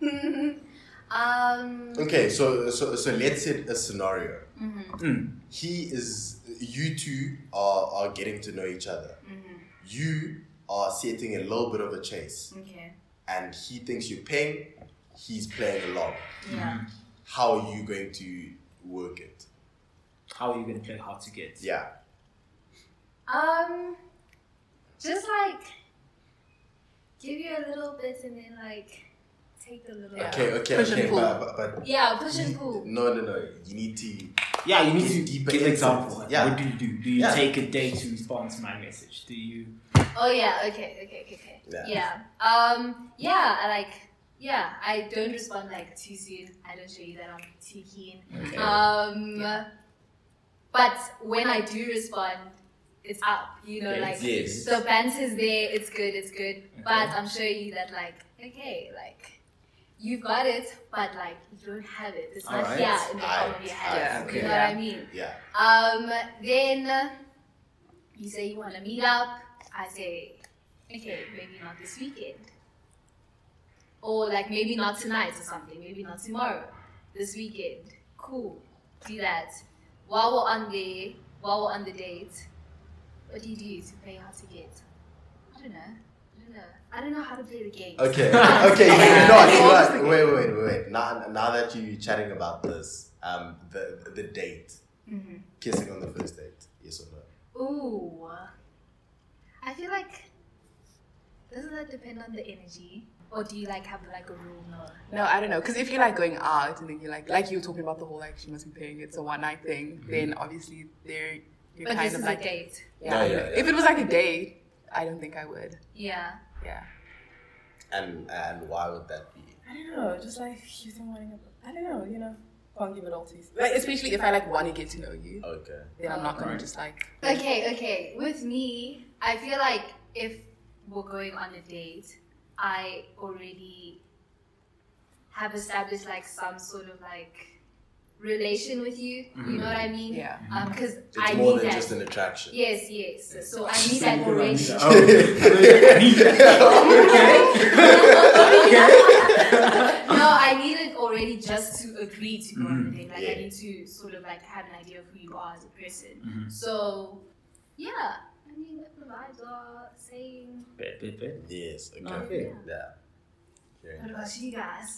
um.
Okay, so so so let's set a scenario.
mm-hmm,
Mm-hmm.
Mm.
He is you two are are getting to know each other. You are setting a little bit of a chase,
Okay.
and he thinks you're paying. He's playing along.
Yeah.
How are you going to work it?
how are you gonna play hard to get?
Yeah,
Um. Just like give you a little bit and then like take the little.
Yeah.
Okay, okay,
Push and
okay,
pull.
but, but, but
Yeah, push and
you-
pull.
No, no, no. You need to.
Yeah, you need to
Give deeper
give
insights.
example. Like,
Yeah.
What do you do? Do you
Yeah.
take a day to respond to my message? Do you
Oh yeah, okay, okay, okay, okay.
Yeah.
Yeah. Um yeah, I like yeah, I don't respond like too soon. I don't show you that I'm too keen. Um but when I do respond, it's up, you know, like
Yes.
the banter's there, it's good, it's good. But I'm showing you that like, okay, like you've got it, but like you don't have it. It's not
Alright.
here in the palm of
Alright.
your hand.
Yeah,
You
okay.
know what I mean?
Uh.
Yeah.
Um, then uh, you say you want to meet up. I say, okay, maybe not this weekend. Or like maybe not tonight or something, maybe not tomorrow. This weekend. Cool. Do that. While we're on the while we're on the date, what do you do to play hard to get? I don't know. I don't know. I don't know how to play the game.
Okay. okay. You know what? you know
Yeah.
what? Wait, wait, wait, wait. Now, now that you're chatting about this, um, the the date,
Mm-hmm.
kissing on the first date, yes or no?
Ooh. I feel like doesn't that depend on the energy? Or do you like have like a rule?
No, I don't know. Because if you're like going out and then you're like, like you were talking about the whole like she must be paying, it's a one night thing, then obviously there you're
But
kind
this
of
is
like,
a date.
Yeah,
Yeah, yeah,
If it was like a date, I don't think I would.
Yeah.
Yeah.
And and why would that be?
I don't know. Just like you've been wanting. I don't know. You know, can't give it all to you. Like especially if I like want to get to know you,
Okay.
then I'm not gonna just like.
Okay, okay. With me, I feel like if we're going on a date, I already have established like some sort of like relation with you. You know what I mean?
Mm-hmm. Yeah.
Because
It's
I
more
need
than
that.
just an attraction.
yes, yes. So I need that already.
Oh,
no, I need it already just to agree to go on a date. Like I
Yeah.
need to sort of like have an idea of who you are as a person. So yeah, I mean if the vibes are saying.
Bet, bet, bet.
Yes. Okay.
Oh,
Okay.
Yeah. Very
What
nice.
about you guys?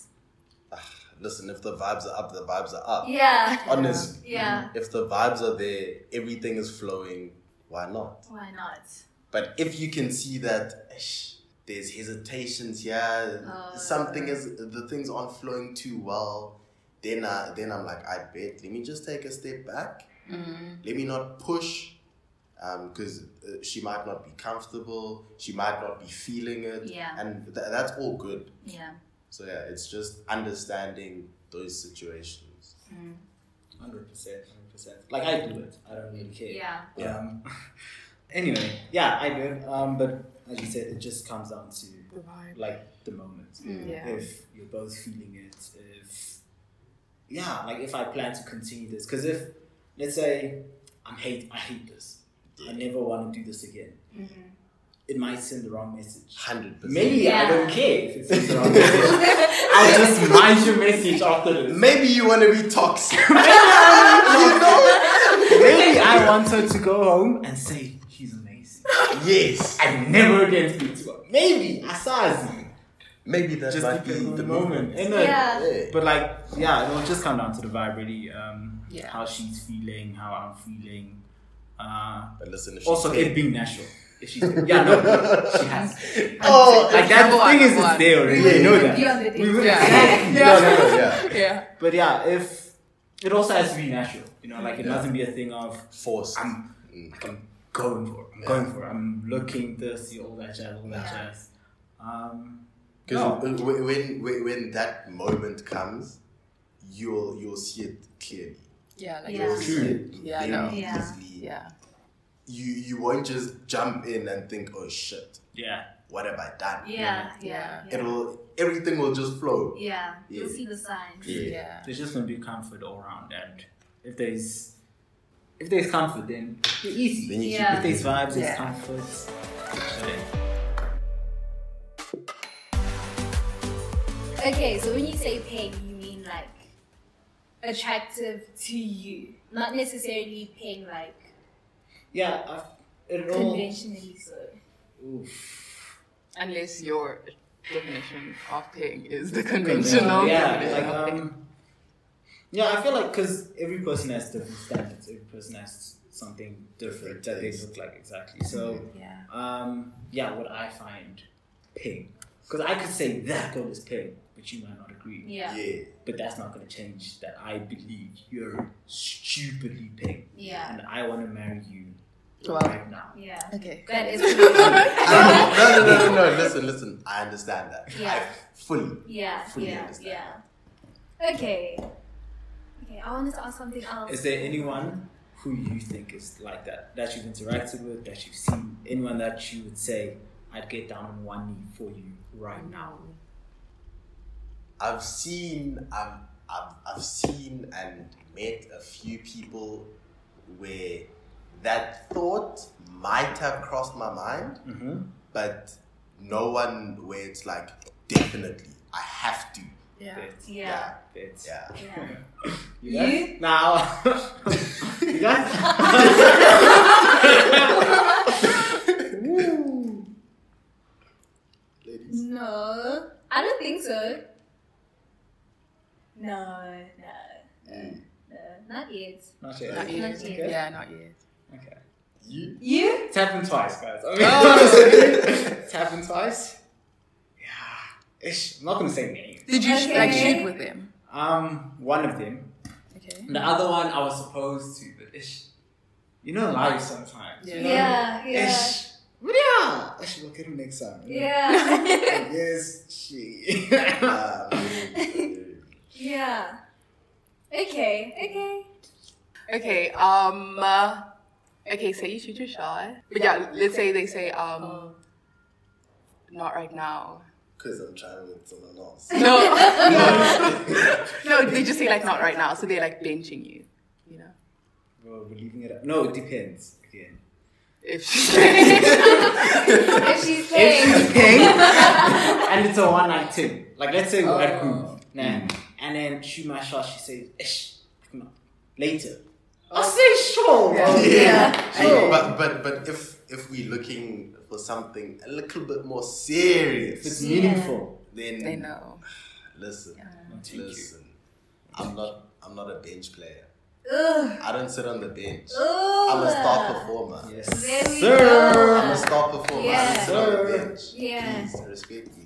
Listen, if the vibes are up, the vibes are up.
Yeah,
Honestly,
yeah.
if the vibes are there, everything is flowing. Why not?
Why not?
But if you can see that "Ish, there's hesitations here,
Oh.
something is the things aren't flowing too well, then I, then I'm like, I bet. Let me just take a step back.
Mm-hmm.
Let me not push, because uh, she might not be comfortable. She might not be feeling it.
Yeah.
and th- that's all good.
Yeah.
So yeah, it's just understanding those situations.
Hundred percent, hundred percent. Like I do it. I don't really care.
Yeah.
Yeah.
Um, anyway, yeah, I do. Um, but as you said, it just comes down to like the moment.
Mm.
Yeah.
If you're both feeling it, if yeah, like if I plan to continue this, because if let's say I'm hate, I hate this. I never want to do this again.
Mm-hmm.
It might send the wrong message.
Hundred percent.
Maybe I
Yeah.
don't care if it sends the wrong message. I'll just mind your message after this.
Maybe you want to be toxic.
Maybe I want her to go home and say she's amazing.
yes.
I never again speak to her. Maybe Asazi.
Maybe that
Just
might be
depends on
the
the
moment.
moment. innit?
Yeah.
Yeah.
But like, yeah, it'll just come down to the vibe, really. Um,
Yeah.
How she's feeling, how I'm feeling. Uh,
But listen, if she's
also,
paying-
it being natural. If she's yeah, no, no, she has.
Oh,
Like that
Number one,
thing is
number
it's
one.
there already.
Yeah.
you know
Be
that.
on the date.
We would-
Yeah.
Exactly.
Yeah.
No, no, no.
yeah,
Yeah.
But yeah, if it also has to be natural, you know, like it doesn't be a thing of
force.
I'm, like, I'm going for it. I'm going for it. I'm looking thirsty, all that jazz, all that jazz. Um,
Because
No.
when, when when that moment comes, you'll you'll see it clearly.
Yeah, like
Yeah.
it's-
True.
Yeah,
Very
I know.
Yeah.
easily.
yeah.
You you won't just jump in and think, oh shit,
Yeah.
what have I done?
Yeah, yeah,
Yeah.
yeah.
It'll everything will just flow.
Yeah, you'll
Yeah.
see the signs.
Yeah.
Yeah.
There's just gonna be comfort all around, and if there's if there's comfort, then it's easy.
Then you keep
Yeah.
If there's vibes,
Yeah.
there's comfort. then-
Okay, so when you say peg, you mean like attractive to you, not necessarily peg like
Yeah, i it all.
conventionally so.
Unless your definition of pig is the conventional.
yeah,
definition
like,
of pig.
um, yeah, I feel like because every person has different standards. Every person has something different that they look like exactly. So,
Yeah.
um, yeah, what I find ping because I could say that girl is ping, but you might not agree.
Yeah.
Yeah.
But that's not going to change that I believe you're stupidly ping,
Yeah.
and I want to marry you
Well,
right now.
Yeah.
okay.
That is
no, no, no, no, no. Listen, listen. I understand that.
Yeah.
I fully.
yeah,
Fully
yeah,
understand.
yeah. Okay. Okay, I wanted to ask something else.
Is there anyone who you think is like that, that you've interacted with, that you've seen, anyone that you would say, I'd get down on one knee for you right now?
I've seen, I've, I've, I've seen and met a few people where that thought might have crossed my mind,
Mm-hmm.
but no one where it's like definitely I have to.
Yeah.
Bit,
yeah.
bit.
Yeah.
Yeah.
You?
You?
guys? Now. you guys?
Ladies.
No, I don't think so. No, no, no, no, not yet.
Not yet.
Not yet.
yet.
Okay.
Yeah, not yet.
Okay. Oh,
You.
You?
It's happened twice, guys. I mean, it's happened twice. Yeah. Ish. I'm not going to say names.
Did you
Okay.
like shoot with them?
Um, one of them.
Okay.
The other one I was supposed to, but ish. You know life sometimes.
Yeah.
You know?
Yeah, yeah,
Ish. But yeah. Ish, we'll get him next time. you know?
yeah,
Yes, she.
Uh, maybe.
yeah. Okay, okay.
Okay. Um. uh, okay. Say you shoot your shot. But yeah, let's say they say um. Not right now.
Because I'm trying with someone else.
No. no. They just say like not right now. So they're like benching you. You know.
well, we're leaving it up. No, it depends. Again.
If she-
If she's saying,
and it's a one night thing. Like, let's say we're at
Oh.
group. Nah.
Mm.
And then shoot my shot, she says, ish. No. Later. I say, sure. Yeah.
Hey, but but but if if we're looking for something a little bit more
If it's
serious,
meaningful.
then
they know.
listen,
Thank you.
listen. I'm not I'm not a bench player.
ugh,
I don't sit on the bench. I'm a star
ugh.
performer.
Yes.
There we
Sir.
go.
I'm a star performer. I don't sit on the
Yeah.
bench.
Yeah.
Please respect me.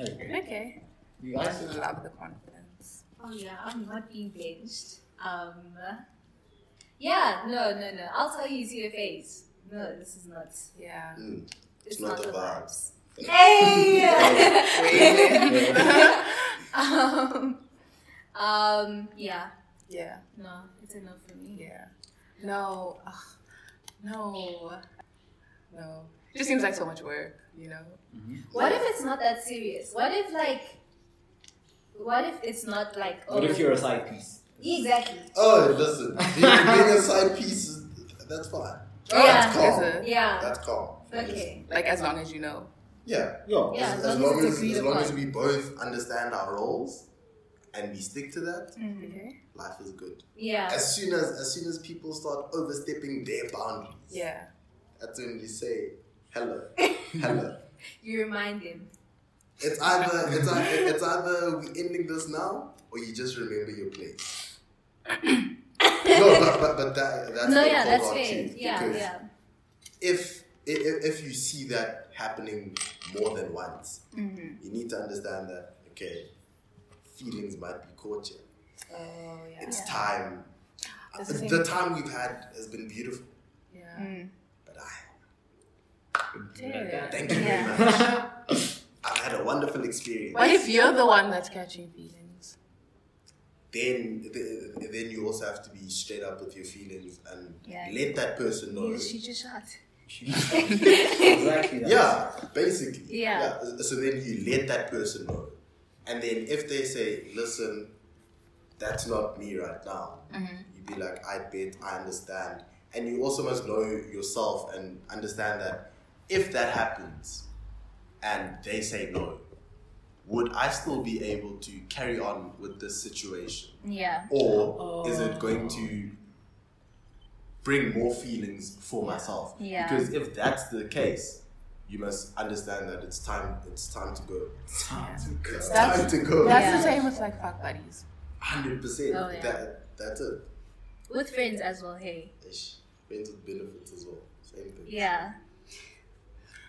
Okay.
Okay.
You
I
guys?
just love the confidence.
Oh yeah, I'm not being benched. Um, yeah, no, no, no. I'll tell you to your face. No, this is not.
Yeah.
Mm.
It's
not
not,
the
the
vibes.
vibes. Hey! um, um, yeah,
Yeah.
no, it's enough for me.
Yeah. No. Ugh. No. No. It just seems like so much work, you know?
What if it's not that serious? What if like, what if it's not like? Oh,
What if you're a side piece?
exactly?
Oh, listen, being, being a side piece, is- that's fine. That's
Yeah,
calm.
is it?
yeah.
That's calm.
Okay.
Like, as long as you know.
Yeah.
Yo.
Yeah,
as, as long
it's
as
agreed
as long
upon.
as we both understand our roles and we stick to that,
Okay.
life is good.
Yeah,
As soon as as soon as people start overstepping their boundaries,
Yeah.
that's when we say hello, hello.
you remind him.
It's either it's either, it's either we ending this now or you just remember your place. no, but but, but that that's
no,
the
yeah,
call
that's
out
fair.
too,
Yeah,
because
yeah,
If, if if you see that happening more than once,
Mm-hmm.
you need to understand that okay, feelings might be caught here.
Oh, yeah.
It's time.
That's the
the,
same.
time we've had has been beautiful,
Yeah.
but I
Yeah.
thank you
Yeah.
very much. I've had a wonderful experience.
What if you're the one that's catching feelings?
then th- then you also have to be straight up with your feelings and
Yeah.
let that person know.
You shoot your shot.
exactly.
Yeah, basically.
Yeah.
So then you let that person know. And then if they say, listen, that's not me right now,
Mm-hmm.
you'd be like, I bet, I understand. And you also must know yourself and understand that if that happens and they say no, would I still be able to carry on with this situation?
Yeah.
Or is it going to bring more feelings for myself?
Yeah.
Because if that's the case, you must understand that it's time. It's time to go. It's
That's-
time to go.
That's
Yeah.
the same with like fuck buddies.
Hundred percent.
Oh, yeah.
That that's it.
With friends as well, hey.
Ish. Friends with benefits as well. Same thing.
Yeah.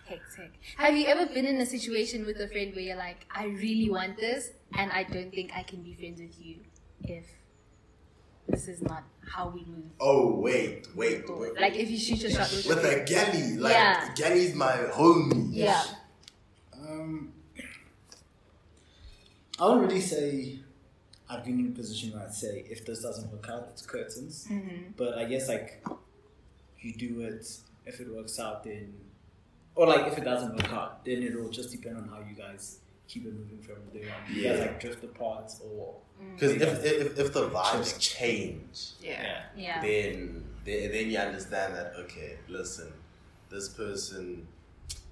Hectic. Have you ever been in a situation with a friend where you're like, I really want this, and I don't think I can be friends with you if this is not how we move?
Oh wait, wait, wait.
Like if you shoot your shot with,
with a galley, like
Yeah.
galley's my homie.
yeah,
Um, I would really say I've been in a position where I'd say if this doesn't work out, it's curtains. But I guess like you do it if it works out, then or like if it doesn't work out, then it'll just depend on how you guys keep it moving from there on. You guys
Yeah.
like drift apart or
Because if, if if the vibes change,
Yeah.
yeah,
then, then then you understand that okay listen this person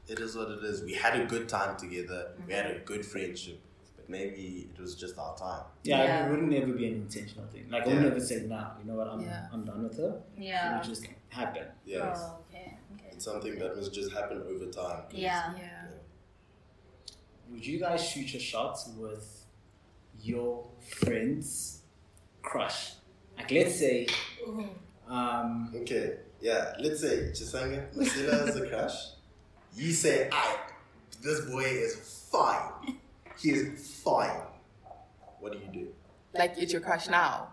it is what it is we had a good time together we had a
Mm-hmm.
good friendship but maybe it was just our time
Yeah,
Yeah.
it wouldn't ever be an intentional thing. Like I would
Yeah.
never say, "Nah, you know what? I'm
Yeah.
I'm done with her." It
yeah.
would just happen.
yes
Oh, okay, okay.
it's something that must just happen over time
Yeah.
Yeah.
Would you guys shoot your shots with your friend's crush? Like, let's say,
Mm-hmm.
um,
okay yeah let's say Chisanga Masila is a crush you say I this boy is fine he is fine what do you do
Like it's your crush now.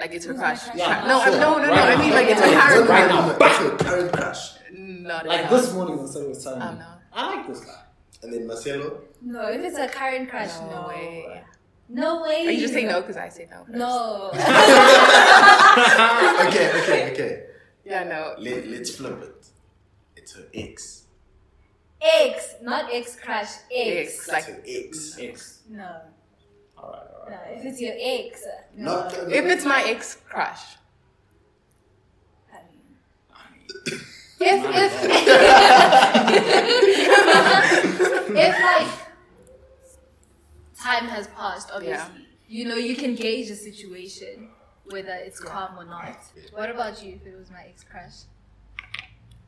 Like it's her
Who's my
crush.
crush
No,
now?
no,
Sure.
no, no, no. I
Right
mean
now.
like it's
Yeah,
her
yeah,
current
right
crush.
now.
That's your current crush
Not
like
now.
this morning, so was telling
Oh,
me,
no.
I like this guy.
and then Marcelo
No, if it's a current crush, no,
No way.
no way.
Are you just saying no because I say no? first?
No.
Ah, okay okay okay
Yeah, no.
Let, let's flip it. It's her ex.
X, not X crush. X.
Ex. Like
it's her ex.
X.
No,
All right, all right.
no. If it's your ex, no.
Not,
if it's my ex crush.
If if if like time has passed, obviously, you know you can gauge the situation whether it's calm or not. What about you? If it was my ex crush,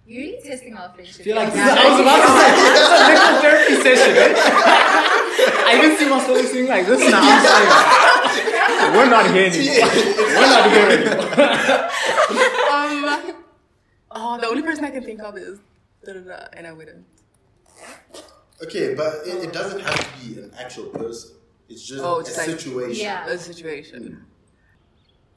you're really testing our friendship.
I feel like this is, I was about to say this is a little therapy session. eh? I didn't see myself sitting like this now. I'm saying, we're not here anymore. We're not here anymore.
Um. Oh, the only person I can think of is da da da, and I wouldn't.
okay, but it, it doesn't have to be an actual person. It's just
Oh, just
a
like-
situation.
Yeah.
A situation.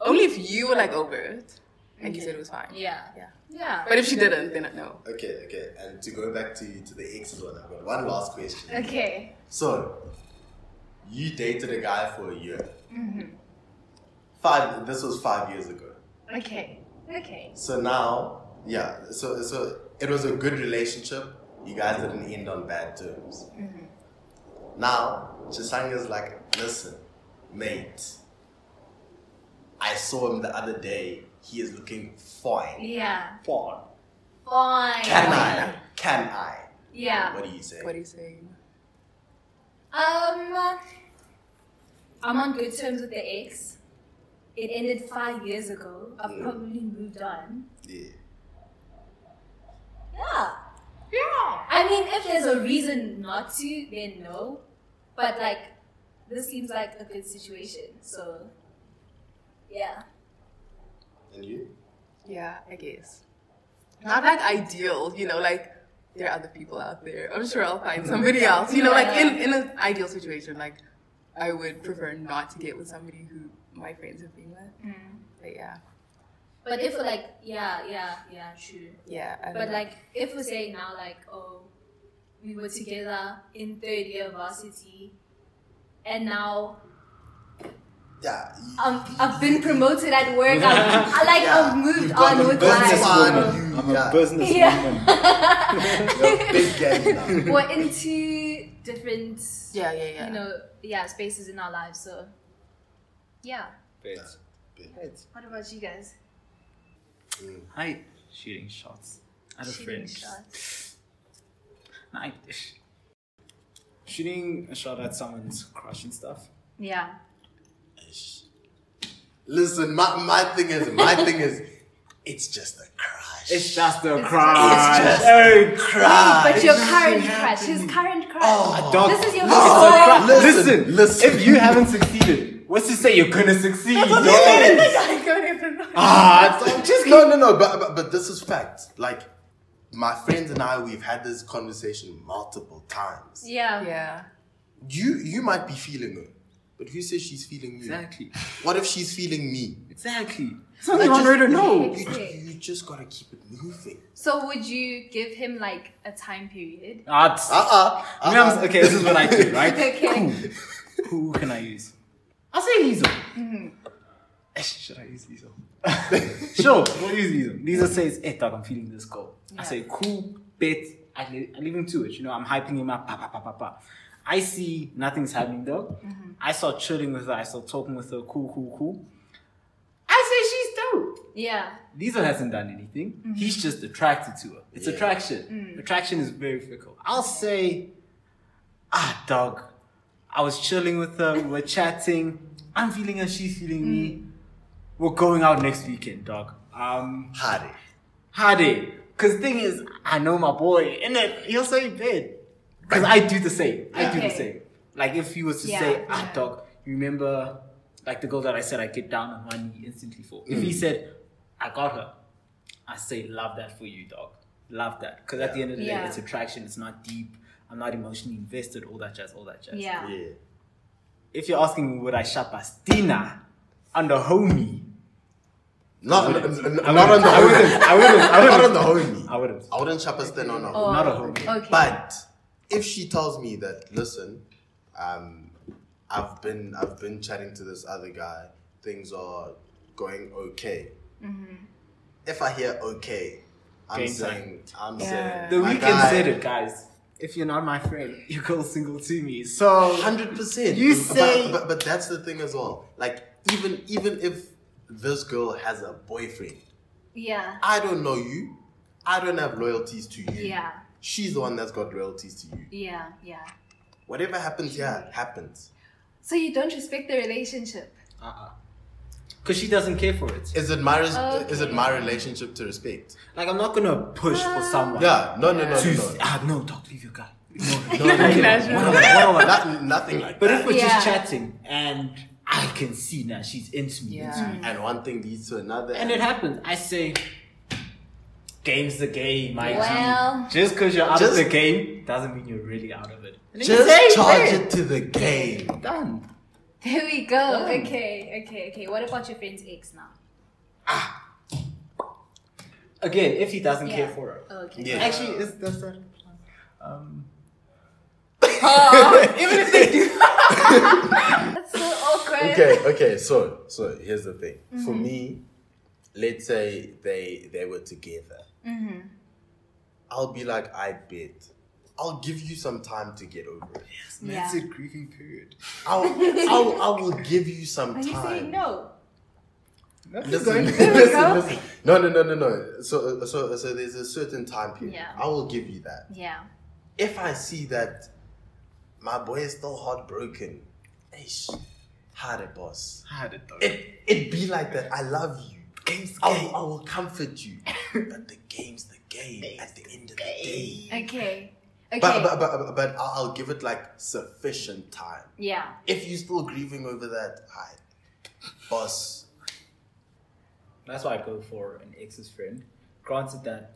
Only if you were like over it, and you said it was fine.
yeah,
Yeah.
yeah.
But if she didn't, then I know.
Okay, okay. And to go back to, to the exes one, I've got one last question.
Okay.
So, you dated a guy for a year.
Mm-hmm.
Five. This was five years ago.
Okay. Okay.
So now, yeah. So so it was a good relationship. You guys didn't end on bad terms. Now Chisanga's like, listen, mate. I saw him the other day. He is looking fine.
Yeah.
Porn.
Fine.
Can I? Can I?
Yeah.
What do you say?
What are you saying?
Um, I'm on good terms with the ex. It ended five years ago. I've
Mm.
probably moved on.
Yeah.
Yeah. Yeah. I mean, if there's a reason not to, then no. But like, this seems like a good situation. So, yeah.
And you?
Yeah, I guess. Not like ideal, you know, like there are other people out there. I'm sure I'll find somebody else. You know, like in, in an ideal situation, like I would prefer not to get with somebody who my friends have been with. But yeah.
But if we're like, yeah, yeah, yeah, true.
Yeah. I don't
But
know.
like, if we're saying now, like, oh, we were together in third year varsity, and now
yeah, you-
Um, I've been promoted at work. I've, I like I've moved
you've got
on
the
with
business
life.
one, you-
I'm
yeah,
a businesswoman.
you're a big game now.
We're into different,
Yeah, yeah, yeah.
you know, yeah, spaces in our lives. So, yeah.
Bets. Bets.
What about you guys?
Hi. Shooting shots. Out of
Shooting
friends.
shots.
Nah, I- Shooting a shot at someone's crush and stuff.
Yeah.
Listen, my, my thing is, my thing is, it's just a crush.
It's just a crush.
It's just
Hey,
crush.
but your current crush, his current crush.
dog.
this is your
crush.
Oh,
first
Listen,
Listen,
listen.
If you haven't succeeded, what's to say you're gonna succeed?
I don't even know.
Ah, it's-
just no, no, no. But, but but this is fact. Like my friends and I, we've had this conversation multiple times.
Yeah.
Yeah.
You you might be feeling her, but who says she's feeling you?
exactly.
What if she's feeling me?
Exactly.
Like,
Something on
just-
radar. No.
You,
Okay.
you just gotta keep it moving.
So would you give him like a time period?
Ah, it's-
Uh uh
You know, I'm- okay, this is what I do, right?
Okay.
Cool. Who can I use? I'll say Lizo. Eh, Should I use Lizo? sure, we'll use Lizo. Lizo says, hey, dog, I'm feeling this goal. I say, cool, bet. I, le- I leave him to it. You know, I'm hyping him up. Pa, pa, pa, pa, pa. I see nothing's happening, though. I start chilling with her. I start talking with her. Cool, cool, cool. I say she's dope.
Yeah.
Lizo hasn't done anything. He's just attracted to her. It's attraction. Attraction is very fickle. I'll say, ah, dog. I was chilling with her. We were chatting. I'm feeling her. She's feeling me. We're going out next weekend, dog. Um,
Harry.
Hade. Cause thing is, I know my boy, and then he'll say bed. Cause I do the same. I do the
Okay.
same. Like if he was to
Yeah,
say, ah,
yeah.
dog, you remember, like the girl that I said I get down on one knee instantly for. If he said, I got her, I say, love that for you, dog. Love that. Cause at the end of the
Yeah.
day, it's attraction. It's not deep. I'm not emotionally invested. All that jazz. All that jazz.
Yeah.
Yeah.
If you're asking me, would I shop Astina on the homie?
Not, n- n-
I
not on
wouldn't.
the
I
homie.
wouldn't. I wouldn't. I
Not
wouldn't.
on the homie.
I wouldn't.
I wouldn't chop a stand on the homie.
Oh,
Not a homie.
Okay.
But if she tells me that, listen, um, I've been I've been chatting to this other guy. Things are going okay. If I hear okay, I'm
Game
saying I'm
Yeah.
saying
The
my
weekend
guy,
said it, guys. If you're not my friend, you go single to me. So
Hundred percent.
You
But-
say-
but, but that's the thing as well. Like even even if this girl has a boyfriend,
Yeah.
I don't know you. I don't have loyalties to you.
Yeah.
She's the one that's got loyalties to you.
Yeah. Yeah.
Whatever happens here happens.
So you don't respect the relationship.
because she doesn't care for it.
Is it my res-
Okay.
is it my relationship to respect?
Like I'm not gonna push for
Ah.
someone.
Yeah, no, no, no,
To
no,
ah no, don't leave your guy. No,
no, no, no, no.
one on one, one on one.
Not- nothing like
But
that.
if we're
Yeah.
just chatting and I can see now she's into me, into
Yeah.
me.
And one thing leads to another.
and it happens, I say, game's the game, my G.
Well.
Just because you're out
Just-
of the game doesn't mean you're really out of it. And then you
Just
say,
charge
"Fair."
it to the game.
Done.
There we go. Okay. Okay. Okay. What about your friend's ex now?
Again, if he doesn't
Yeah.
care for her.
Okay.
Yeah.
Actually, it's that's that.
That's so awkward.
Okay, okay. So, so here's the thing. For
Mm-hmm.
me, let's say they they were together.
Mm-hmm.
I'll be like, I bet. I'll give you some time to get over it.
Yeah.
It's a grieving period.
I'll, I'll I will give you some
Are you
time.
saying no?
Listen,
There we
listen,
go.
listen. No, no, no, no, no. So, so, so there's a certain time period.
Yeah.
I will give you that.
Yeah.
If I see that my boy is still heartbroken, eish, hard it, boss.
I had it though.
It it be like that. I love you.
Game's
Oh.
I will, I will comfort you. but the game's the game. At the end of the day.
Okay. Okay.
But, but, but, but I'll I'll give it like sufficient time.
yeah.
If you're still grieving over that, I, boss,
That's why I go for an ex's friend. Granted that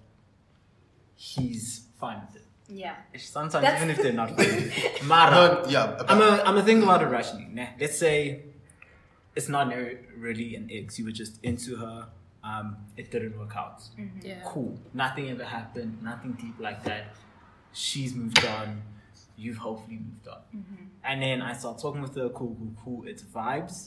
he's fine with it.
Yeah.
Sometimes
That's-
even if they're not fine. Mara.
No, yeah, but-
I'm a I'm a think about it rationally. Nah, let's say it's not ne- really an ex. You were just into her. Um, it didn't work out. Cool. Nothing ever happened. Nothing deep like that. She's moved on. You've hopefully moved on. And then I start talking with her. Cool, cool, cool. It's vibes.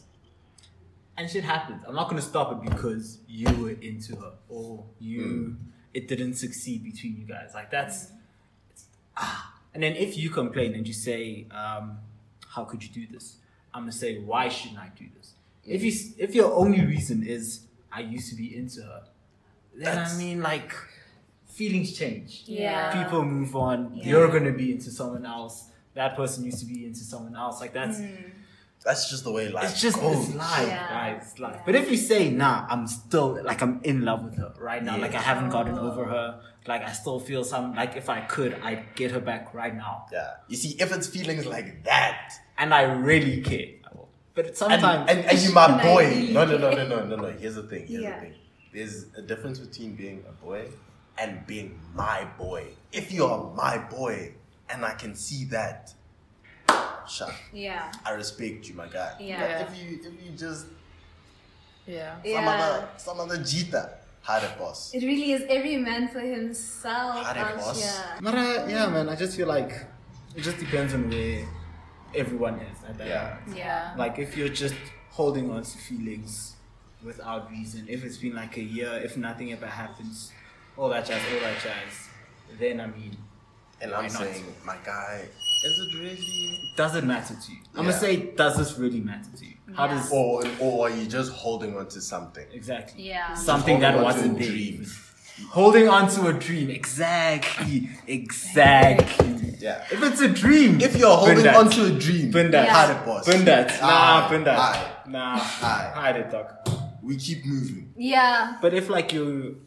and shit happens. I'm not gonna stop it because you were into her or you it didn't succeed between you guys. Like that's it's- ah. And then if you complain and you say, um, "How could you do this?" I'm gonna say, "Why shouldn't I do this?" If you s- if your only reason is I used to be into her, then I mean like feelings change
Yeah.
people move on. You're gonna be into someone else. That person used to be into someone else. Like that's
That's just the way life.
it's just
goes.
it's life,
Yeah.
guys. It's life. But if you say nah, I'm still like I'm in love with her right now. Like I haven't gotten over her. Like I still feel some. Like if I could, I'd get her back right now.
Yeah. You see, if it's feelings like that,
And I really care. I will. But
and,
sometimes
and, and you my
Like,
boy. No, no,
really
no, no,
care.
no, no, no. Here's the thing. Here's
Yeah.
the thing. There's a difference between being a boy and being my boy. If you are my boy and I can see that, shut.
Yeah.
I respect you, my guy.
Yeah.
But if you if you just
Yeah.
some
Yeah.
other some other Jita had a boss.
It really is every man for himself.
Had it,
out
boss.
here.
But I, yeah, man, I just feel like it just depends on where everyone is at that
Yeah.
moment.
Yeah.
Like if you're just holding on to feelings without reason, if it's been like a year, if nothing ever happens, all that jazz, all that jazz, then I mean,
And
Why
I'm
not?
saying, my guy, is it really?
does it matter to you? I'm
Yeah.
gonna say, does this really matter to you? How does
Or or are you just holding on to something?
exactly
Yeah.
something that
Holding on to
wasn't
a
there?
dream.
Holding on to a dream, exactly, exactly.
Yeah.
If it's a dream,
If you're holding
Bindat.
on to a dream,
Bindat.
had a boss.
Bindat. Nah,
Aye,
Bindat.
aye.
Nah,
Aye.
hide it, dog.
We keep moving.
Yeah.
But if like you,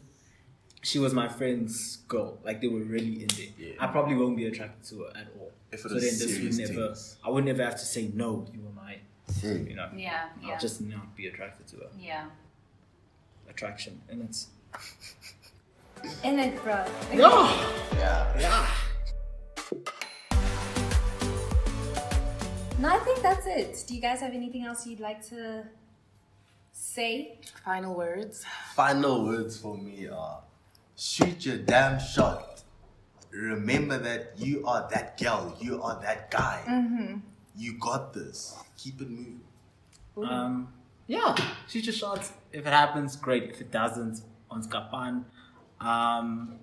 she was my friend's girl, like they were really in there.
Yeah.
I probably won't be attracted to her at all.
If it is serious
never,
things. Hmm.
I would never have to say no. You were my, you know.
Yeah. Yeah.
I'll just not be attracted to her.
Yeah.
Attraction, and it's
In it, bro.
no.
No, I think that's it. Do you guys have anything else you'd like to say?
Final words.
Final words for me are shoot your damn shot. Remember that you are that girl, you are that guy. Mm-hmm. You got this. Keep it moving.
Um, yeah, shoot your shots. If it happens, great. If it doesn't, on Skapan. Um,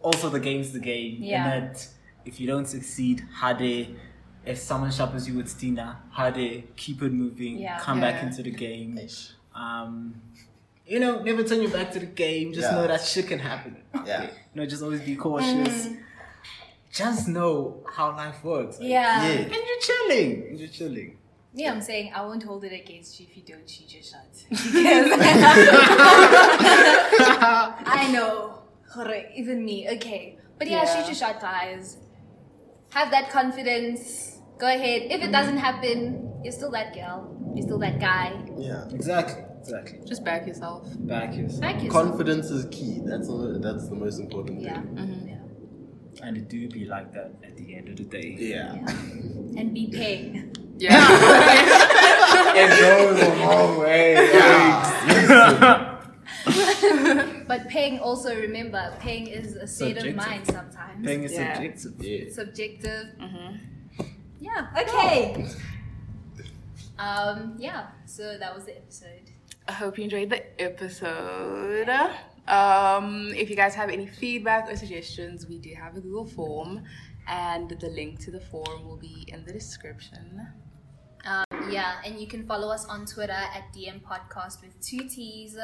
also, the game's the game.
Yeah.
In that, if you don't succeed, Hade. If someone sharpens you with Stina, Hade, keep it moving.
Yeah.
Come back
Yeah.
into the game. Um, you know, never turn your back to the game. Just
Yeah.
know that shit can happen.
Yeah.
You know, just always be cautious. Just know how life works. Like,
Yeah.
Yeah.
And you're chilling. And you're chilling.
Yeah, I'm saying I won't hold it against you if you don't shoot your shots.
I know. Correct. Even me. Okay. But yeah,
Yeah.
shoot your shot, guys. Have that confidence. Go ahead. If it doesn't happen, you're still that girl. You're still that guy.
Yeah.
Exactly. Exactly.
Just back yourself.
Back yourself.
Thank you.
Confidence is key. That's the- that's the most important
yeah.
thing.
And it do be like that at the end of the day.
Yeah.
And be paying.
Yeah.
It goes a long way.
Ah.
But paying also, remember, paying is a state
Subjective.
of mind sometimes.
Thing is
Yeah.
subjective.
subjective. Yeah. Mm-hmm. Okay. Um. Yeah. So that was the episode.
I hope you enjoyed the episode. Um, if you guys have any feedback or suggestions, we do have a Google form, and the link to the form will be in the description.
Yeah, and you can follow us on Twitter at DM Podcast with two T's.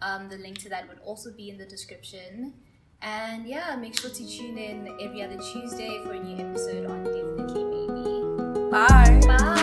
Um, the link to that would also be in the description. And yeah, make sure to tune in every other Tuesday for a new episode on Definitely Baby.
Bye.
Bye.